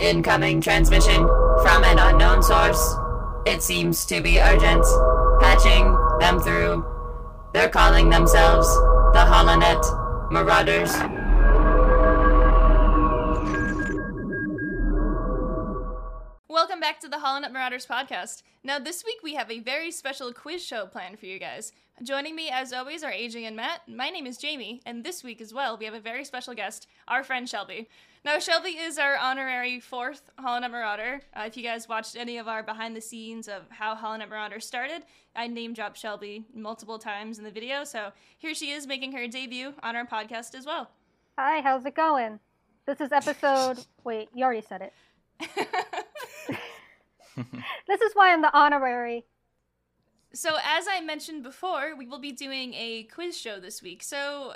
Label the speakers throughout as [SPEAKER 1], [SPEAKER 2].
[SPEAKER 1] Incoming transmission from an unknown source. It seems to be urgent. Patching them through. They're calling themselves the Holonet Marauders.
[SPEAKER 2] Welcome back to the Holland Up Marauders podcast. Now, this week we have a very special quiz show planned for you guys. Joining me, as always, are AJ and Matt. My name is Jamie, and this week as well, we have a very special guest, our friend Shelby. Now, Shelby is our honorary fourth Holland Up Marauder. Uh, if you guys watched any of our behind the scenes of how Holland Up Marauder started, I name dropped Shelby multiple times in the video, so here she is making her debut on our podcast as well.
[SPEAKER 3] Hi, how's it going? This is episode. Wait, you already said it. This is why I'm the honorary.
[SPEAKER 2] So, as I mentioned before, we will be doing a quiz show this week. So,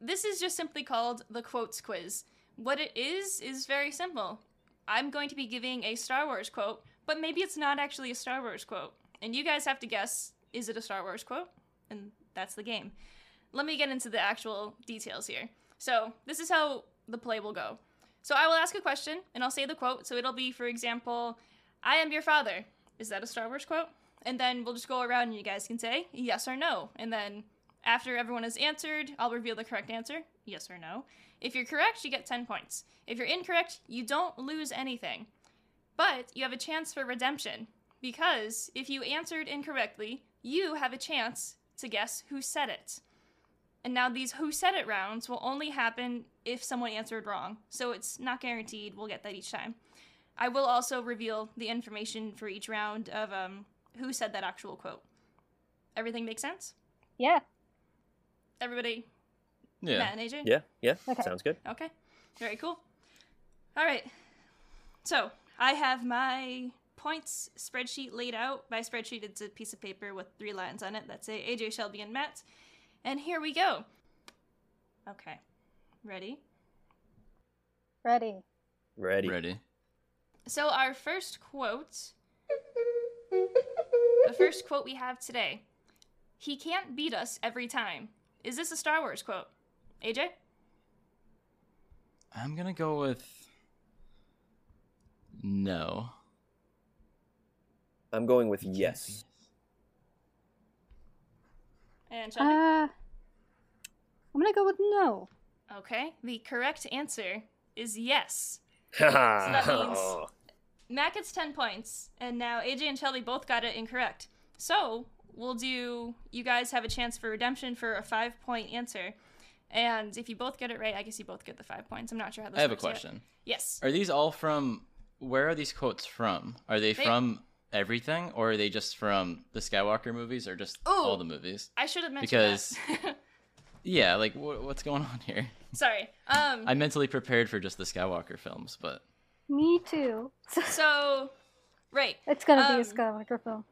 [SPEAKER 2] this is just simply called the Quotes Quiz. What it is, is very simple. I'm going to be giving a Star Wars quote, but maybe it's not actually a Star Wars quote. And you guys have to guess is it a Star Wars quote? And that's the game. Let me get into the actual details here. So, this is how the play will go. So, I will ask a question and I'll say the quote. So, it'll be, for example, I am your father. Is that a Star Wars quote? And then we'll just go around and you guys can say yes or no. And then after everyone has answered, I'll reveal the correct answer yes or no. If you're correct, you get 10 points. If you're incorrect, you don't lose anything. But you have a chance for redemption because if you answered incorrectly, you have a chance to guess who said it. And now these who said it rounds will only happen if someone answered wrong. So it's not guaranteed we'll get that each time. I will also reveal the information for each round of um, who said that actual quote. Everything makes sense?
[SPEAKER 3] Yeah.
[SPEAKER 2] Everybody,
[SPEAKER 4] Yeah.
[SPEAKER 2] Matt and AJ?
[SPEAKER 5] Yeah, yeah,
[SPEAKER 3] Okay.
[SPEAKER 5] sounds good.
[SPEAKER 2] Okay. Very cool. All right. So I have my points spreadsheet laid out. By spreadsheet, it's a piece of paper with three lines on it that say AJ, Shelby, and Matt. And here we go. Okay. Ready?
[SPEAKER 3] Ready.
[SPEAKER 5] Ready.
[SPEAKER 4] Ready.
[SPEAKER 2] So our first quote. The first quote we have today. He can't beat us every time. Is this a Star Wars quote? AJ?
[SPEAKER 4] I'm gonna go with no.
[SPEAKER 5] I'm going with yes.
[SPEAKER 2] And Shelby?
[SPEAKER 3] Uh, I'm gonna go with no.
[SPEAKER 2] Okay. The correct answer is yes.
[SPEAKER 5] Haha.
[SPEAKER 2] So that means- Matt gets 10 points, and now AJ and Shelby both got it incorrect. So, we'll do. You guys have a chance for redemption for a five point answer. And if you both get it right, I guess you both get the five points. I'm not sure how this
[SPEAKER 4] I have a
[SPEAKER 2] works yet.
[SPEAKER 4] question.
[SPEAKER 2] Yes.
[SPEAKER 4] Are these all from? Where are these quotes from? Are they
[SPEAKER 2] They-
[SPEAKER 4] from everything, or are they just from the Skywalker movies, or just all
[SPEAKER 2] Ooh.
[SPEAKER 4] the movies?
[SPEAKER 2] I should have mentioned that.
[SPEAKER 4] Yeah, like wh- what's going on here?
[SPEAKER 2] Sorry. Um,
[SPEAKER 4] I mentally prepared for just the Skywalker films, but
[SPEAKER 3] Me too.
[SPEAKER 2] so, right.
[SPEAKER 3] It's gonna be
[SPEAKER 2] Um,
[SPEAKER 3] a Skywalker film.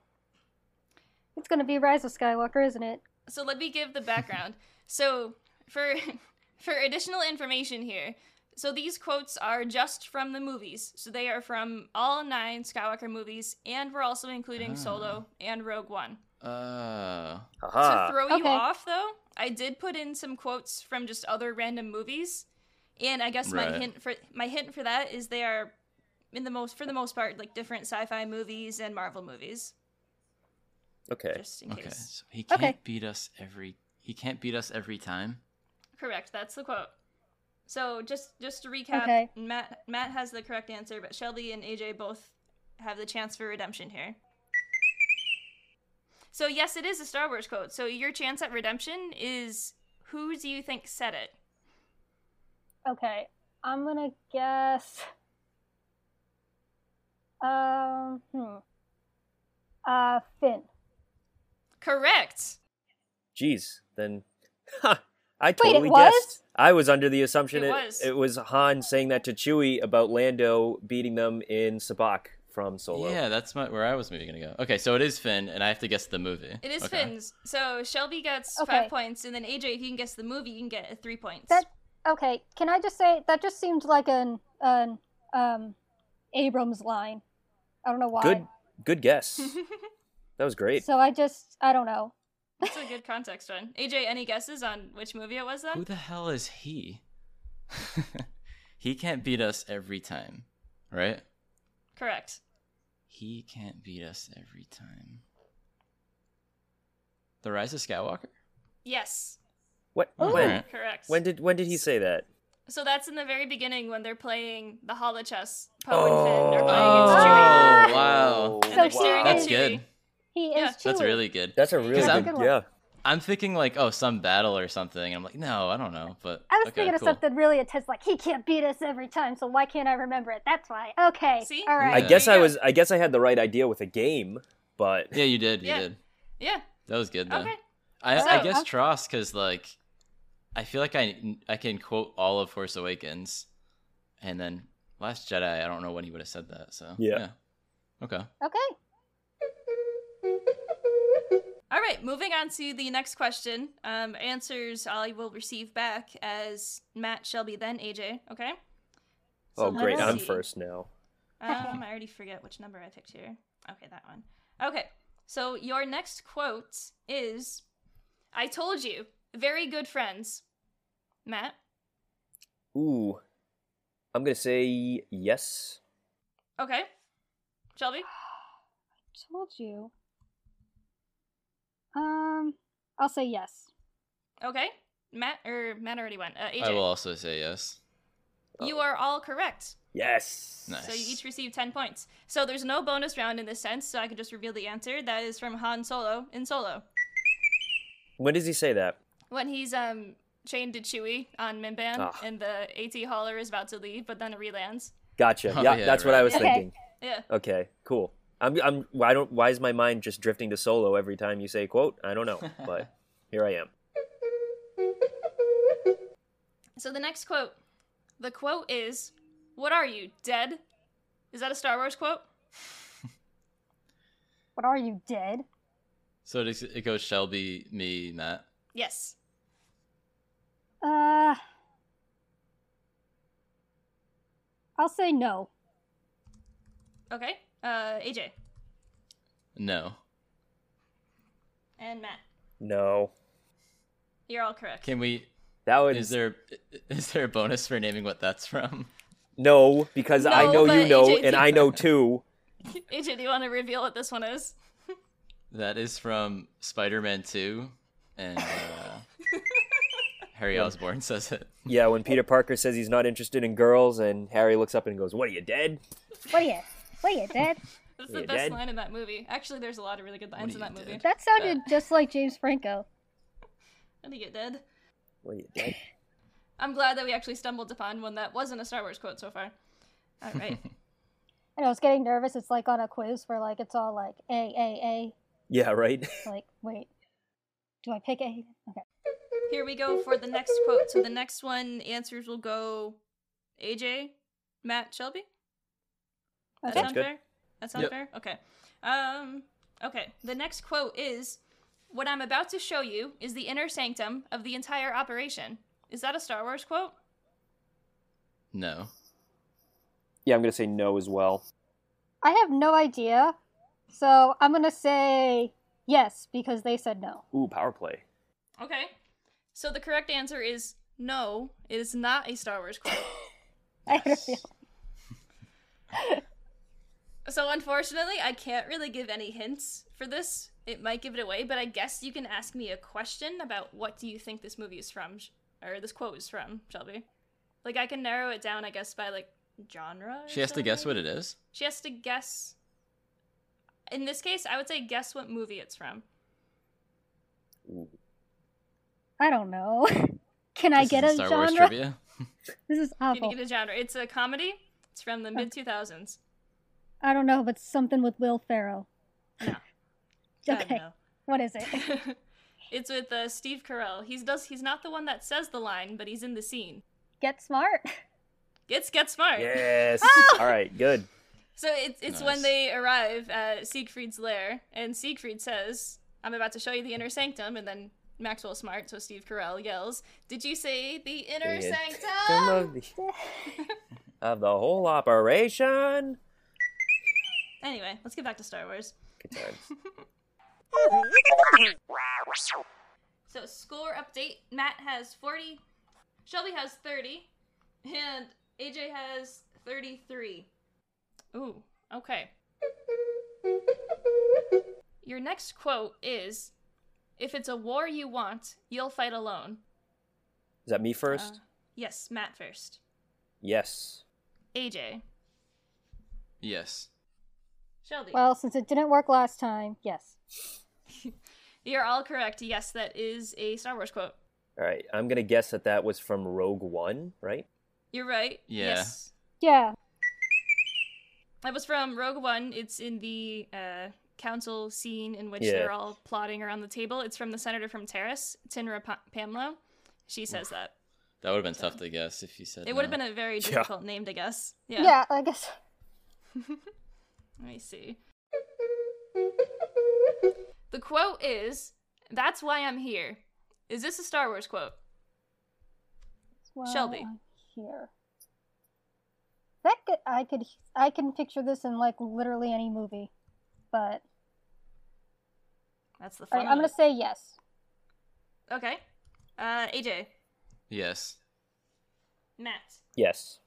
[SPEAKER 3] It's gonna be Rise of Skywalker, isn't it?
[SPEAKER 2] so let me give the background. so for for additional information here, so these quotes are just from the movies. So they are from all nine Skywalker movies, and we're also including
[SPEAKER 4] Ah.
[SPEAKER 2] Solo and Rogue One.
[SPEAKER 4] uh,
[SPEAKER 2] To
[SPEAKER 5] Haha.
[SPEAKER 2] throw you
[SPEAKER 3] Okay.
[SPEAKER 2] off, though, I did put in some quotes from just other random movies, and I guess my
[SPEAKER 4] Right.
[SPEAKER 2] hint for my hint for that is they are in the most for the most part like different sci-fi movies and Marvel movies.
[SPEAKER 5] Okay.
[SPEAKER 2] Just in
[SPEAKER 4] okay,
[SPEAKER 2] case.
[SPEAKER 4] so he can't
[SPEAKER 3] Okay.
[SPEAKER 4] beat us every. He can't beat us every time.
[SPEAKER 2] Correct. That's the quote. So just just to recap,
[SPEAKER 3] Okay.
[SPEAKER 2] Matt Matt has the correct answer, but Shelby and AJ both have the chance for redemption here. So yes, it is a Star Wars quote. So your chance at redemption is who do you think said it?
[SPEAKER 3] Okay. I'm gonna guess. Um. Hmm. Uh, Finn.
[SPEAKER 2] Correct.
[SPEAKER 5] Jeez. Then. Ha! I totally
[SPEAKER 3] was?
[SPEAKER 5] guessed. I was under the assumption
[SPEAKER 2] It
[SPEAKER 5] it,
[SPEAKER 2] was.
[SPEAKER 5] it was Han saying that to Chewie about Lando beating them in Sabak from Solo.
[SPEAKER 4] Yeah, that's my, where I was maybe gonna go. Okay, so it is Finn, and I have to guess the movie.
[SPEAKER 2] It is
[SPEAKER 4] Okay.
[SPEAKER 2] Finn's. So Shelby gets
[SPEAKER 3] Okay.
[SPEAKER 2] five points, and then AJ, if you can guess the movie, you can get three points.
[SPEAKER 3] That- Okay. Can I just say that just seemed like an an um, Abrams line. I don't know why.
[SPEAKER 5] Good. Good guess. that was great.
[SPEAKER 3] So I just I don't know.
[SPEAKER 2] That's a good context one. AJ, any guesses on which movie it was then?
[SPEAKER 4] Who the hell is he? he can't beat us every time. right?
[SPEAKER 2] Correct.
[SPEAKER 4] He can't beat us every time. The Rise of Skywalker?
[SPEAKER 2] Yes.
[SPEAKER 5] What?
[SPEAKER 4] All
[SPEAKER 5] When?
[SPEAKER 4] right.
[SPEAKER 2] Correct.
[SPEAKER 5] When did when did he say that?
[SPEAKER 2] so that's in the very beginning when they're playing the holochess. Poe and Finn
[SPEAKER 5] Oh.
[SPEAKER 2] are playing against Chewie.
[SPEAKER 3] Ah!
[SPEAKER 4] wow.
[SPEAKER 2] And they're staring
[SPEAKER 5] Wow.
[SPEAKER 2] at
[SPEAKER 4] That's
[SPEAKER 2] Chewie.
[SPEAKER 4] good.
[SPEAKER 3] He
[SPEAKER 2] Yeah.
[SPEAKER 3] is Chewie.
[SPEAKER 4] That's really good.
[SPEAKER 5] That's a really
[SPEAKER 4] Because I'm-
[SPEAKER 5] good, yeah.
[SPEAKER 4] I'm thinking like, oh, some battle or something. I'm like, no, I don't know. But
[SPEAKER 3] I was
[SPEAKER 4] okay,
[SPEAKER 3] thinking of
[SPEAKER 4] cool.
[SPEAKER 3] something really intense, like he can't beat us every time, so why can't I remember it? That's why. Okay,
[SPEAKER 2] See?
[SPEAKER 3] all
[SPEAKER 5] I
[SPEAKER 3] right.
[SPEAKER 4] Yeah.
[SPEAKER 5] guess I
[SPEAKER 2] Yeah.
[SPEAKER 5] was I guess I had the right idea with a game, but
[SPEAKER 4] Yeah, you did. You
[SPEAKER 2] Yeah.
[SPEAKER 4] did.
[SPEAKER 2] Yeah.
[SPEAKER 4] That was good. Though.
[SPEAKER 2] Okay.
[SPEAKER 4] I,
[SPEAKER 2] So-
[SPEAKER 4] I guess
[SPEAKER 3] uh-huh.
[SPEAKER 4] Tross, because like, I feel like I I can quote all of Force Awakens, and then Last Jedi. I don't know when he would have said that. So
[SPEAKER 5] Yeah.
[SPEAKER 4] Okay.
[SPEAKER 3] Okay.
[SPEAKER 2] All right, moving on to the next question. Um, answers I will receive back as Matt, Shelby, then AJ. Okay.
[SPEAKER 5] oh
[SPEAKER 2] let's
[SPEAKER 5] great, I'm
[SPEAKER 2] see.
[SPEAKER 5] first now.
[SPEAKER 2] Um, I already forget which number I picked here. Okay, that one. Okay, so your next quote is, "I told you, very good friends." Matt,
[SPEAKER 5] Ooh. I'm going to say yes.
[SPEAKER 2] okay. Shelby,
[SPEAKER 3] Told you. Um, I'll say yes.
[SPEAKER 2] okay. Matt or Matt already went. Uh, AJ,
[SPEAKER 4] I will also say yes.
[SPEAKER 2] you are all correct.
[SPEAKER 5] Yes.
[SPEAKER 4] Nice.
[SPEAKER 2] So you each receive 10 points. So there's no bonus round in this sense, so I can just reveal the answer. That is from Han Solo in Solo.
[SPEAKER 5] When does he say that?
[SPEAKER 2] When he's um chained to Chewie on Mimban
[SPEAKER 5] Ah.
[SPEAKER 2] and the AT hauler is about to leave, but then it relands.
[SPEAKER 5] Gotcha.
[SPEAKER 4] Oh,
[SPEAKER 5] yeah,
[SPEAKER 4] yeah,
[SPEAKER 5] that's what
[SPEAKER 4] right.
[SPEAKER 5] I was
[SPEAKER 3] Okay.
[SPEAKER 5] thinking.
[SPEAKER 2] Yeah.
[SPEAKER 5] Okay, cool. I'm I'm why don't why is my mind just drifting to solo every time you say quote? I don't know, but here I am.
[SPEAKER 2] So the next quote. The quote is, What are you, dead? Is that a Star Wars quote?
[SPEAKER 3] What are you dead?
[SPEAKER 4] So it, it goes Shelby, me, Matt.
[SPEAKER 2] Yes.
[SPEAKER 3] Uh, I'll say no.
[SPEAKER 2] Okay. Uh AJ
[SPEAKER 4] No.
[SPEAKER 2] and Matt.
[SPEAKER 5] No.
[SPEAKER 2] You're all correct.
[SPEAKER 4] Can we?
[SPEAKER 5] That would
[SPEAKER 4] Is there is there a bonus for naming what that's from?
[SPEAKER 5] no because I
[SPEAKER 2] No,
[SPEAKER 5] know you
[SPEAKER 2] but
[SPEAKER 5] know
[SPEAKER 2] AJ
[SPEAKER 5] and I know too.
[SPEAKER 2] AJ, do you want to reveal what this one is?
[SPEAKER 4] That is from Spider-Man Two, and uh, Harry Osborn says it.
[SPEAKER 5] Yeah, when Peter Parker says he's not interested in girls and Harry looks up and goes, "What are you dead?"
[SPEAKER 3] What are you? What are you dead?
[SPEAKER 2] That's the
[SPEAKER 5] Yeah,
[SPEAKER 2] best
[SPEAKER 5] dead.
[SPEAKER 2] line in that movie. Actually, there's a lot of really good lines
[SPEAKER 4] are
[SPEAKER 2] in
[SPEAKER 4] you,
[SPEAKER 2] that movie.
[SPEAKER 4] dead?
[SPEAKER 3] That sounded just like James Franco.
[SPEAKER 2] How do you get dead?
[SPEAKER 5] What are you dead?
[SPEAKER 2] I'm glad that we actually stumbled upon one that wasn't a Star Wars quote so far. All right.
[SPEAKER 3] And I was getting nervous. It's like on a quiz where like it's all like A A
[SPEAKER 5] Yeah, right.
[SPEAKER 3] A. Like wait, do I pick A? Okay.
[SPEAKER 2] Here we go for the next quote. So the next one answers will go AJ, Matt, Shelby. That
[SPEAKER 3] Okay.
[SPEAKER 5] Sounds
[SPEAKER 2] sound
[SPEAKER 5] good.
[SPEAKER 2] fair? That sounds
[SPEAKER 4] Yep.
[SPEAKER 2] fair? Okay. Um okay. The next quote is What I'm about to show you is the inner sanctum of the entire operation. Is that a Star Wars quote?
[SPEAKER 4] No.
[SPEAKER 5] Yeah, I'm gonna say no as well.
[SPEAKER 3] I have no idea, so I'm gonna say yes because they said no.
[SPEAKER 5] Ooh, power play.
[SPEAKER 2] Okay. So the correct answer is no, it is not a Star Wars quote.
[SPEAKER 3] I had a feeling.
[SPEAKER 2] So unfortunately, I can't really give any hints for this. It might give it away, but I guess you can ask me a question about what do you think this movie is from, Sh- or this quote is from, Shelby. Like I can narrow it down, I guess, by like genre. or
[SPEAKER 4] She has to guess
[SPEAKER 2] something.
[SPEAKER 4] what it is.
[SPEAKER 2] She has to guess. In this case, I would say guess what movie it's from.
[SPEAKER 3] I don't know. Can I
[SPEAKER 4] This
[SPEAKER 3] get a
[SPEAKER 4] isn't Star Wars
[SPEAKER 3] genre?
[SPEAKER 4] trivia.
[SPEAKER 3] This is
[SPEAKER 2] Can you
[SPEAKER 3] awful.
[SPEAKER 2] get a genre? It's a comedy. It's from the mid two thousands.
[SPEAKER 3] I don't know, but something with Will Ferrell.
[SPEAKER 2] No.
[SPEAKER 3] Okay. What is it?
[SPEAKER 2] it's with uh, Steve Carell. He's does. He's not the one that says the line, but he's in the scene.
[SPEAKER 3] Get smart.
[SPEAKER 2] It's get smart.
[SPEAKER 5] Yes.
[SPEAKER 3] Oh.
[SPEAKER 5] All right, good.
[SPEAKER 2] So it's it's when
[SPEAKER 4] Nice.
[SPEAKER 2] they arrive at Siegfried's lair, and Siegfried says, "I'm about to show you the inner sanctum," and then Maxwell Smart, so Steve Carell, yells, "Did you say the inner
[SPEAKER 5] Yeah. Some
[SPEAKER 2] sanctum?"
[SPEAKER 5] of the- of the whole operation.
[SPEAKER 2] Anyway, let's get back to Star Wars.
[SPEAKER 5] Good times.
[SPEAKER 2] So score update: Matt has 40, Shelby has 30, and AJ has 33. Ooh, okay. Your next quote is If it's a war you want, you'll fight alone.
[SPEAKER 5] Is that me first?
[SPEAKER 2] Uh, yes, Matt first.
[SPEAKER 5] yes.
[SPEAKER 2] AJ.
[SPEAKER 4] Yes.
[SPEAKER 2] Shelby.
[SPEAKER 3] Well, since it didn't work last time, yes.
[SPEAKER 2] You're all correct. Yes, that is a Star Wars quote.
[SPEAKER 5] All right. I'm gonna guess that that was from Rogue One, right?
[SPEAKER 2] You're right.
[SPEAKER 4] Yeah.
[SPEAKER 2] Yes.
[SPEAKER 3] Yeah.
[SPEAKER 2] That was from Rogue One. It's in the uh, council scene in which
[SPEAKER 5] Yeah.
[SPEAKER 2] they're all plotting around the table. It's from the senator from Terrace, Tinra pa- Pamlo. She says that.
[SPEAKER 4] That would have been tough to guess if you said.
[SPEAKER 2] It would have
[SPEAKER 4] no.
[SPEAKER 2] been a very
[SPEAKER 5] Yeah.
[SPEAKER 2] difficult name to guess.
[SPEAKER 3] yeah,
[SPEAKER 2] Yeah.
[SPEAKER 3] I guess.
[SPEAKER 2] Let me see. The quote is, "That's why I'm here." Is this a Star Wars quote?
[SPEAKER 3] That's why
[SPEAKER 2] Shelby.
[SPEAKER 3] I'm Here. That could, I could I can picture this in like literally any movie, but
[SPEAKER 2] That's the fun.
[SPEAKER 3] all right, I'm
[SPEAKER 2] of
[SPEAKER 3] gonna say yes.
[SPEAKER 2] it. Okay. Uh, AJ,
[SPEAKER 4] Yes.
[SPEAKER 2] Matt.
[SPEAKER 5] Yes.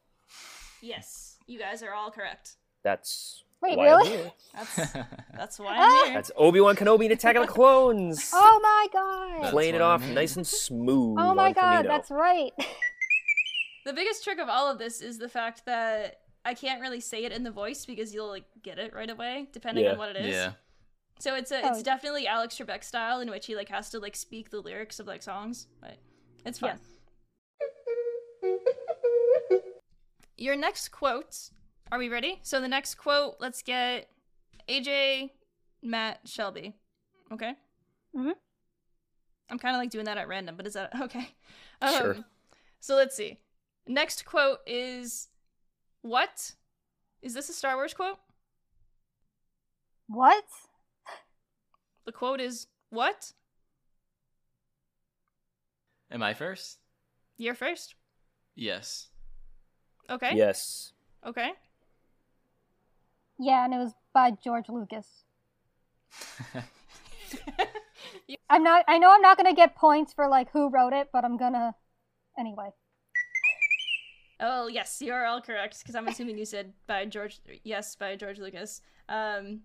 [SPEAKER 2] Yes, you guys are all correct.
[SPEAKER 5] That's
[SPEAKER 3] Wait,
[SPEAKER 5] why
[SPEAKER 3] really?
[SPEAKER 5] I'm here.
[SPEAKER 2] That's that's why
[SPEAKER 3] Ah!
[SPEAKER 2] I'm here.
[SPEAKER 5] That's Obi Wan Kenobi and Attack of the Clones.
[SPEAKER 3] Oh my god!
[SPEAKER 4] That's
[SPEAKER 5] Playing it
[SPEAKER 4] what I
[SPEAKER 5] off
[SPEAKER 4] mean.
[SPEAKER 5] nice and smooth.
[SPEAKER 3] Oh my
[SPEAKER 5] on
[SPEAKER 3] god,
[SPEAKER 5] Camino.
[SPEAKER 3] that's right.
[SPEAKER 2] The biggest trick of all of this is the fact that I can't really say it in the voice because you'll like get it right away, depending
[SPEAKER 5] Yeah.
[SPEAKER 2] on what it is.
[SPEAKER 4] Yeah.
[SPEAKER 2] So it's a,
[SPEAKER 3] Oh.
[SPEAKER 2] it's definitely Alex Trebek style in which he like has to like speak the lyrics of like songs, but it's fun. Your next quote. Are we ready? So the next quote, let's get AJ, Matt, Shelby. Okay.
[SPEAKER 3] Mhm.
[SPEAKER 2] I'm kind of like doing that at random, but is that okay? Um,
[SPEAKER 5] Sure.
[SPEAKER 2] So let's see. Next quote is, "What? Is this a Star Wars quote?"
[SPEAKER 3] what?
[SPEAKER 2] The quote is, "What?
[SPEAKER 4] Am I first?
[SPEAKER 2] You're first.
[SPEAKER 4] Yes.
[SPEAKER 2] Okay.
[SPEAKER 5] Yes.
[SPEAKER 2] Okay.
[SPEAKER 3] Yeah, and it was by George Lucas. I'm not. I know I'm not gonna get points for like who wrote it, but I'm gonna anyway.
[SPEAKER 2] Oh yes, you are all correct because I'm assuming you said by George. Yes, by George Lucas. Um,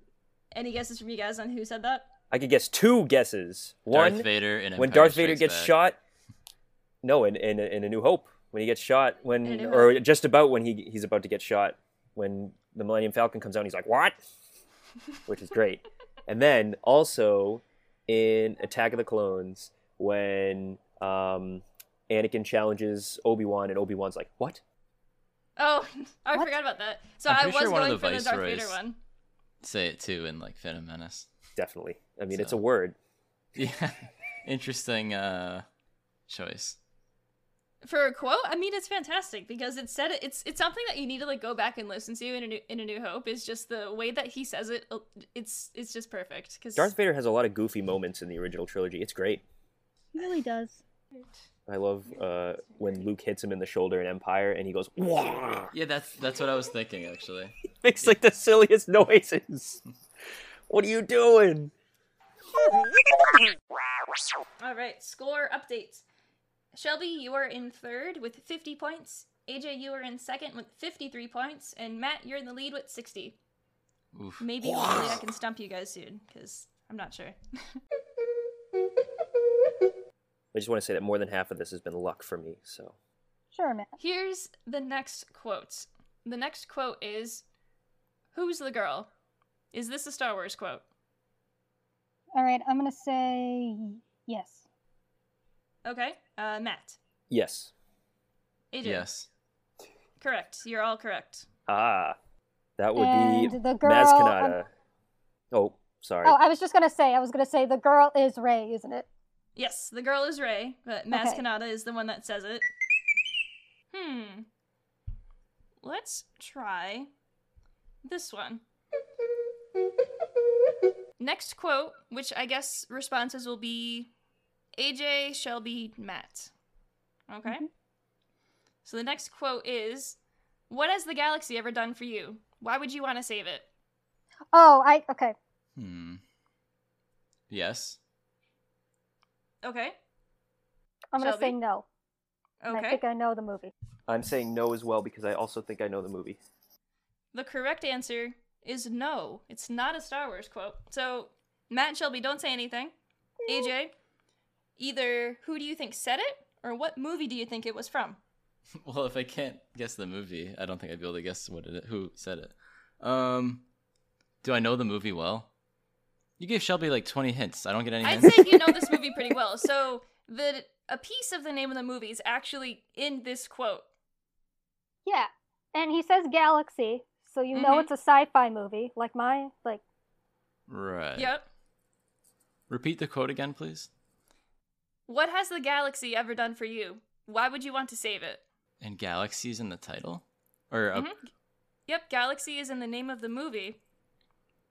[SPEAKER 2] any guesses from you guys on who said that?
[SPEAKER 5] I could guess two guesses. One
[SPEAKER 4] Darth Vader and
[SPEAKER 5] when Darth Vader gets shot. No, in, in in A New Hope when he gets shot when
[SPEAKER 2] In A New
[SPEAKER 5] or just about when he he's about to get shot when the Millennium Falcon comes out and he's like what, which is great. and then also in Attack of the Clones when um, Anakin challenges Obi Wan and Obi Wan's like what?
[SPEAKER 2] Oh, I
[SPEAKER 3] What?
[SPEAKER 2] forgot about that. So
[SPEAKER 4] I'm
[SPEAKER 2] I was
[SPEAKER 4] pretty sure one of
[SPEAKER 2] going
[SPEAKER 4] the
[SPEAKER 2] for the Darth Vader
[SPEAKER 4] Viceroys-
[SPEAKER 2] one.
[SPEAKER 4] Say it too in like Phantom Menace.
[SPEAKER 5] Definitely. I mean, it's
[SPEAKER 4] So-
[SPEAKER 5] a word.
[SPEAKER 4] Yeah. Interesting uh choice.
[SPEAKER 2] For a quote, I mean it's fantastic because it said it, it's it's something that you need to like go back and listen to in a new, in a New Hope is just the way that he says it. uh, It's it's just perfect because
[SPEAKER 5] Darth Vader has a lot of goofy moments in the original trilogy. It's great.
[SPEAKER 3] He really does.
[SPEAKER 5] I love uh, when Luke hits him in the shoulder in Empire and he goes, Wah!
[SPEAKER 4] Yeah, that's that's what I was thinking actually.
[SPEAKER 5] makes like the silliest noises. What are you doing?
[SPEAKER 2] All right, score updates. Shelby, you are in third with 50 points. AJ, you are in second with 53 points, and Matt, you're in the lead with 60.
[SPEAKER 4] Oof.
[SPEAKER 2] Maybe hopefully I can stump you guys soon because I'm not sure.
[SPEAKER 5] I just want to say that more than half of this has been luck for me. So
[SPEAKER 3] Sure, man.
[SPEAKER 2] Here's the next quote. The next quote is, "Who's the girl?" Is this a Star Wars quote?
[SPEAKER 3] All right, I'm gonna say yes.
[SPEAKER 2] Okay, uh, Matt,
[SPEAKER 5] yes,
[SPEAKER 2] AJ,
[SPEAKER 4] Yes.
[SPEAKER 2] correct. You're all correct.
[SPEAKER 5] ah, that would
[SPEAKER 3] and
[SPEAKER 5] be
[SPEAKER 3] the girl.
[SPEAKER 5] Maz
[SPEAKER 3] um,
[SPEAKER 5] Kanata. oh, sorry.
[SPEAKER 3] oh, I was just gonna say. I was gonna say the girl is Ray, isn't it?
[SPEAKER 2] Yes, the girl is Ray, but Maz
[SPEAKER 3] Okay.
[SPEAKER 2] Kanata is the one that says it. Hmm. Let's try this one. Next quote, which I guess responses will be AJ, Shelby, Matt. Okay? So the next quote is What has the galaxy ever done for you? Why would you want to save it?
[SPEAKER 3] Oh, I okay.
[SPEAKER 4] Hmm. Yes.
[SPEAKER 2] Okay.
[SPEAKER 3] I'm gonna
[SPEAKER 2] Shelby?
[SPEAKER 3] say no. and I
[SPEAKER 2] Okay.
[SPEAKER 3] think I know the movie.
[SPEAKER 5] I'm saying no as well because I also think I know the movie.
[SPEAKER 2] The correct answer is no. It's not a Star Wars quote. So, Matt and Shelby, don't say anything. AJ, either who do you think said it or what movie do you think it was from?
[SPEAKER 4] Well, if I can't guess the movie, I don't think I'd be able to guess what it who said it. Um, do I know the movie well? You gave Shelby like twenty hints. I don't get any
[SPEAKER 2] I'd
[SPEAKER 4] hints.
[SPEAKER 2] say you know this movie pretty well. So, the a piece of the name of the movie is actually in this quote.
[SPEAKER 3] Yeah, and he says galaxy, so you know
[SPEAKER 2] Mhm.
[SPEAKER 3] it's a sci-fi movie, like my like.
[SPEAKER 4] right.
[SPEAKER 2] Yep.
[SPEAKER 4] Repeat the quote again, please.
[SPEAKER 2] What has the galaxy ever done for you? Why would you want to save it?
[SPEAKER 4] And galaxies in the title, or uh,
[SPEAKER 2] Mhm. Yep, galaxy is in the name of the movie.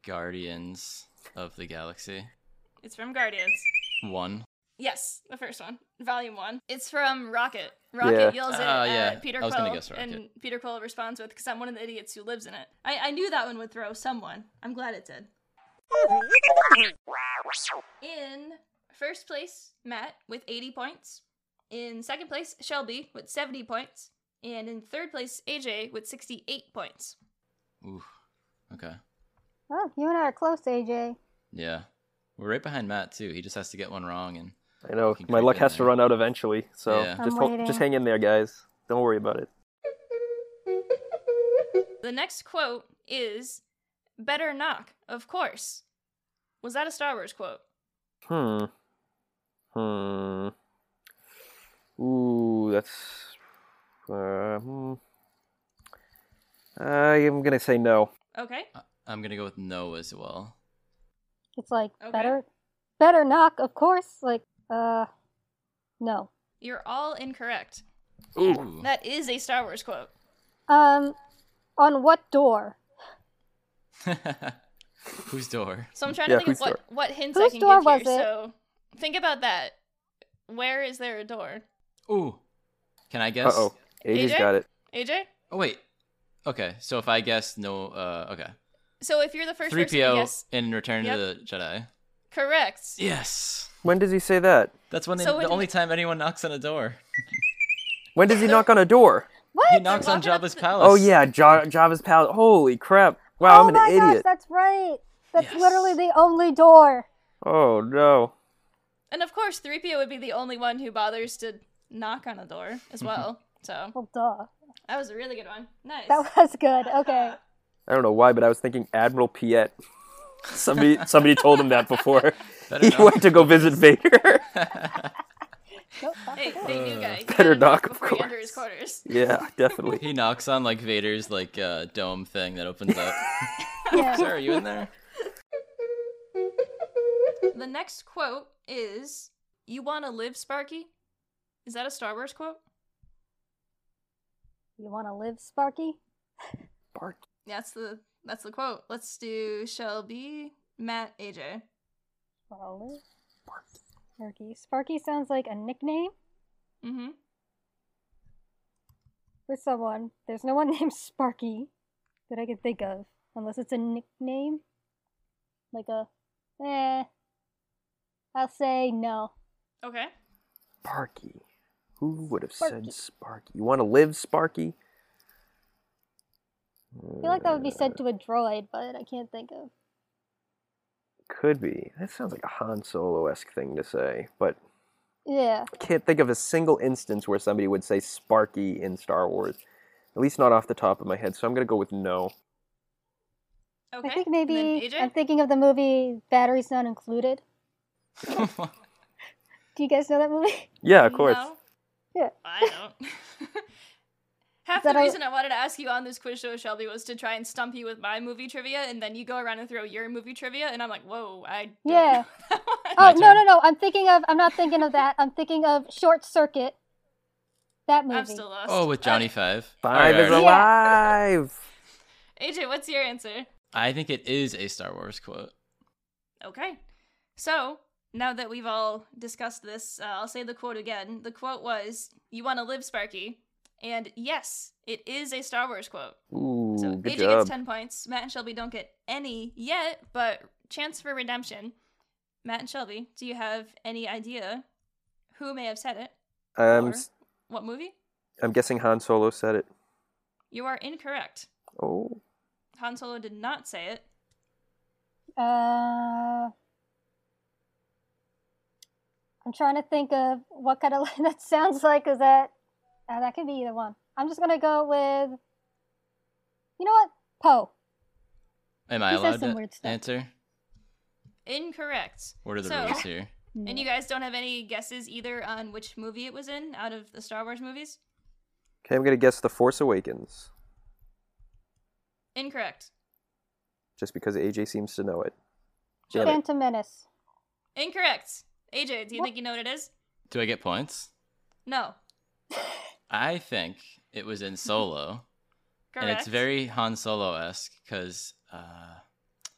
[SPEAKER 4] Guardians of the Galaxy
[SPEAKER 2] It's from Guardians.
[SPEAKER 4] One.
[SPEAKER 2] Yes, the first one, volume one. It's from Rocket. Rocket
[SPEAKER 5] Yeah.
[SPEAKER 2] yells it
[SPEAKER 4] Oh,
[SPEAKER 2] at uh,
[SPEAKER 4] yeah.
[SPEAKER 2] Peter
[SPEAKER 4] I was gonna
[SPEAKER 2] Quill,
[SPEAKER 4] guess Rocket.
[SPEAKER 2] and Peter Quill responds with, "Because I'm one of the idiots who lives in it." I, I knew that one would throw someone. I'm glad it did. In first place, Matt with 80 points. In second place, Shelby with 70 points. And in third place, AJ with 68 points.
[SPEAKER 4] Ooh. Okay.
[SPEAKER 3] Oh, you and I are close, AJ.
[SPEAKER 4] Yeah. We're right behind Matt too. He just has to get one wrong and
[SPEAKER 5] I know
[SPEAKER 4] Fucking
[SPEAKER 5] my luck
[SPEAKER 4] creepy,
[SPEAKER 5] has to
[SPEAKER 4] man.
[SPEAKER 5] run out eventually, so
[SPEAKER 4] Yeah.
[SPEAKER 3] I'm
[SPEAKER 5] just hol-
[SPEAKER 3] waiting.
[SPEAKER 5] just hang in there, guys. Don't worry about it.
[SPEAKER 2] The next quote is, "Better knock, of course." Was that a Star Wars quote?
[SPEAKER 5] Hmm. Hmm. Ooh, that's. Uh, hmm. I am gonna say no.
[SPEAKER 2] Okay.
[SPEAKER 4] I- I'm gonna go with no as well.
[SPEAKER 3] It's like
[SPEAKER 2] Okay.
[SPEAKER 3] better, better knock, of course. Like, uh, no.
[SPEAKER 2] You're all incorrect.
[SPEAKER 4] Ooh.
[SPEAKER 2] That is a Star Wars quote.
[SPEAKER 3] Um, on what door?
[SPEAKER 4] Whose door?
[SPEAKER 2] So I'm trying
[SPEAKER 5] Yeah,
[SPEAKER 2] to think of
[SPEAKER 5] whose
[SPEAKER 2] what, what hints I
[SPEAKER 3] Whose
[SPEAKER 2] can
[SPEAKER 3] door
[SPEAKER 2] give
[SPEAKER 3] was
[SPEAKER 2] here.
[SPEAKER 3] it?
[SPEAKER 2] So think about that. Where is there a door?
[SPEAKER 4] Ooh. Can I
[SPEAKER 5] Uh
[SPEAKER 4] guess?
[SPEAKER 5] oh, AJ's
[SPEAKER 2] AJ?
[SPEAKER 5] got it.
[SPEAKER 2] AJ?
[SPEAKER 4] Oh wait. Okay. So if I guess no, uh, okay.
[SPEAKER 2] So if you're the first
[SPEAKER 4] Three
[SPEAKER 2] person to
[SPEAKER 4] PO
[SPEAKER 2] guess
[SPEAKER 4] in Return
[SPEAKER 2] Yep.
[SPEAKER 4] to the Jedi.
[SPEAKER 2] correct.
[SPEAKER 4] Yes.
[SPEAKER 5] When does he say that?
[SPEAKER 4] That's when they,
[SPEAKER 2] So when
[SPEAKER 4] the
[SPEAKER 2] did-
[SPEAKER 4] only time anyone knocks on a door.
[SPEAKER 5] When does he knock on a door?
[SPEAKER 4] He
[SPEAKER 3] What?
[SPEAKER 4] knocks on
[SPEAKER 2] Walking up
[SPEAKER 4] Jabba's
[SPEAKER 2] the-
[SPEAKER 4] palace.
[SPEAKER 5] Oh yeah, Ja- Java's palace. Holy crap! Wow,
[SPEAKER 3] oh
[SPEAKER 5] I'm
[SPEAKER 3] my
[SPEAKER 5] an
[SPEAKER 3] gosh,
[SPEAKER 5] idiot.
[SPEAKER 3] that's right. That's
[SPEAKER 4] Yes.
[SPEAKER 3] literally the only door.
[SPEAKER 5] Oh no.
[SPEAKER 2] And of course, 3PO would be the only one who bothers to knock on a door as
[SPEAKER 5] Mm-hmm.
[SPEAKER 2] well. so
[SPEAKER 3] Well, duh.
[SPEAKER 2] that was a really good one. Nice.
[SPEAKER 3] That was good. Okay.
[SPEAKER 5] I don't know why, but I was thinking Admiral Piet. Somebody somebody told him that before.
[SPEAKER 4] Better
[SPEAKER 5] He
[SPEAKER 4] knock.
[SPEAKER 5] went to go visit Vader.
[SPEAKER 3] Nope, that's
[SPEAKER 2] hey,
[SPEAKER 3] okay.
[SPEAKER 2] they knew guy. He
[SPEAKER 5] Uh, Better
[SPEAKER 2] had a
[SPEAKER 5] knock, of
[SPEAKER 2] before he entered his quarters.
[SPEAKER 5] yeah, definitely.
[SPEAKER 4] He knocks on like Vader's like uh, dome thing that opens up.
[SPEAKER 3] Yeah.
[SPEAKER 4] Sir, are you in there?
[SPEAKER 2] The next quote is You want to live, Sparky? Is that a Star Wars quote?
[SPEAKER 3] You want to live, Sparky?
[SPEAKER 2] That's the that's the quote. Let's do Shelby, Matt, AJ.
[SPEAKER 3] Want to live, Sparky? Sparky sounds like a nickname
[SPEAKER 2] Mm-hmm.
[SPEAKER 3] for someone. There's no one named Sparky that I can think of, unless it's a nickname, like a eh. I'll say no.
[SPEAKER 2] Okay.
[SPEAKER 5] Sparky. Who would have
[SPEAKER 3] Sparky.
[SPEAKER 5] said Sparky? You want to live, Sparky?
[SPEAKER 3] I feel like that would be said to a droid, but I can't think of.
[SPEAKER 5] Could be. That sounds like a Han Solo esque thing to say, but
[SPEAKER 3] Yeah,
[SPEAKER 5] I can't think of a single instance where somebody would say Sparky in Star Wars. At least not off the top of my head, so I'm gonna go with no.
[SPEAKER 2] Okay.
[SPEAKER 3] I think
[SPEAKER 2] And
[SPEAKER 3] maybe
[SPEAKER 2] then AJ.
[SPEAKER 3] I'm thinking of the movie Batteries Not Included. Do you guys know that movie?
[SPEAKER 5] Yeah, of course.
[SPEAKER 2] No.
[SPEAKER 3] Yeah.
[SPEAKER 2] I don't. Half
[SPEAKER 3] That
[SPEAKER 2] the
[SPEAKER 3] I-
[SPEAKER 2] reason I wanted to ask you on this quiz show, Shelby, was to try and stump you with my movie trivia, and then you go around and throw your movie trivia, and I'm like, whoa, I don't
[SPEAKER 3] Yeah.
[SPEAKER 2] know that one.
[SPEAKER 3] Oh
[SPEAKER 4] My
[SPEAKER 3] no
[SPEAKER 4] turn?
[SPEAKER 3] no no! I'm thinking of. I'm not thinking of that. I'm thinking of Short Circuit. That movie.
[SPEAKER 2] I'm still lost.
[SPEAKER 4] oh, with Johnny Five.
[SPEAKER 5] Five is
[SPEAKER 4] Alright.
[SPEAKER 3] a-
[SPEAKER 5] alive.
[SPEAKER 2] Uh, AJ, what's your answer?
[SPEAKER 4] I think it is a Star Wars quote.
[SPEAKER 2] Okay. So now that we've all discussed this, uh, I'll say the quote again. The quote was, "You want to live, Sparky," and yes, it is a Star Wars quote.
[SPEAKER 5] Ooh,
[SPEAKER 2] So
[SPEAKER 5] good
[SPEAKER 2] AJ
[SPEAKER 5] job.
[SPEAKER 2] gets ten points. Matt and Shelby don't get any yet, but chance for redemption. Matt and Shelby, do you have any idea who may have said it?
[SPEAKER 5] I'm
[SPEAKER 2] or
[SPEAKER 5] s-
[SPEAKER 2] what movie?
[SPEAKER 5] I'm guessing Han Solo said it.
[SPEAKER 2] You are incorrect.
[SPEAKER 5] Oh,
[SPEAKER 2] Han Solo did not say it.
[SPEAKER 3] Uh, I'm trying to think of what kind of line that sounds like. Is that uh, that could be either one? I'm just gonna go with. You know what? Poe.
[SPEAKER 4] Am I
[SPEAKER 3] He says
[SPEAKER 4] allowed
[SPEAKER 3] some
[SPEAKER 4] to
[SPEAKER 3] weird stuff.
[SPEAKER 4] answer?
[SPEAKER 2] Incorrect.
[SPEAKER 4] What are the
[SPEAKER 2] So-
[SPEAKER 4] rules here?
[SPEAKER 2] And you guys don't have any guesses either on which movie it was in out of the Star Wars movies?
[SPEAKER 6] Okay, I'm gonna guess The Force Awakens,
[SPEAKER 2] Incorrect.
[SPEAKER 6] just because AJ seems to know it.
[SPEAKER 5] Damn it.
[SPEAKER 3] Phantom Menace.
[SPEAKER 2] Incorrect. AJ, do you
[SPEAKER 3] What?
[SPEAKER 2] think you know what it is?
[SPEAKER 4] Do I get points?
[SPEAKER 2] No.
[SPEAKER 4] I think it was in Solo,
[SPEAKER 2] Correct.
[SPEAKER 4] and it's very Han Solo esque because uh,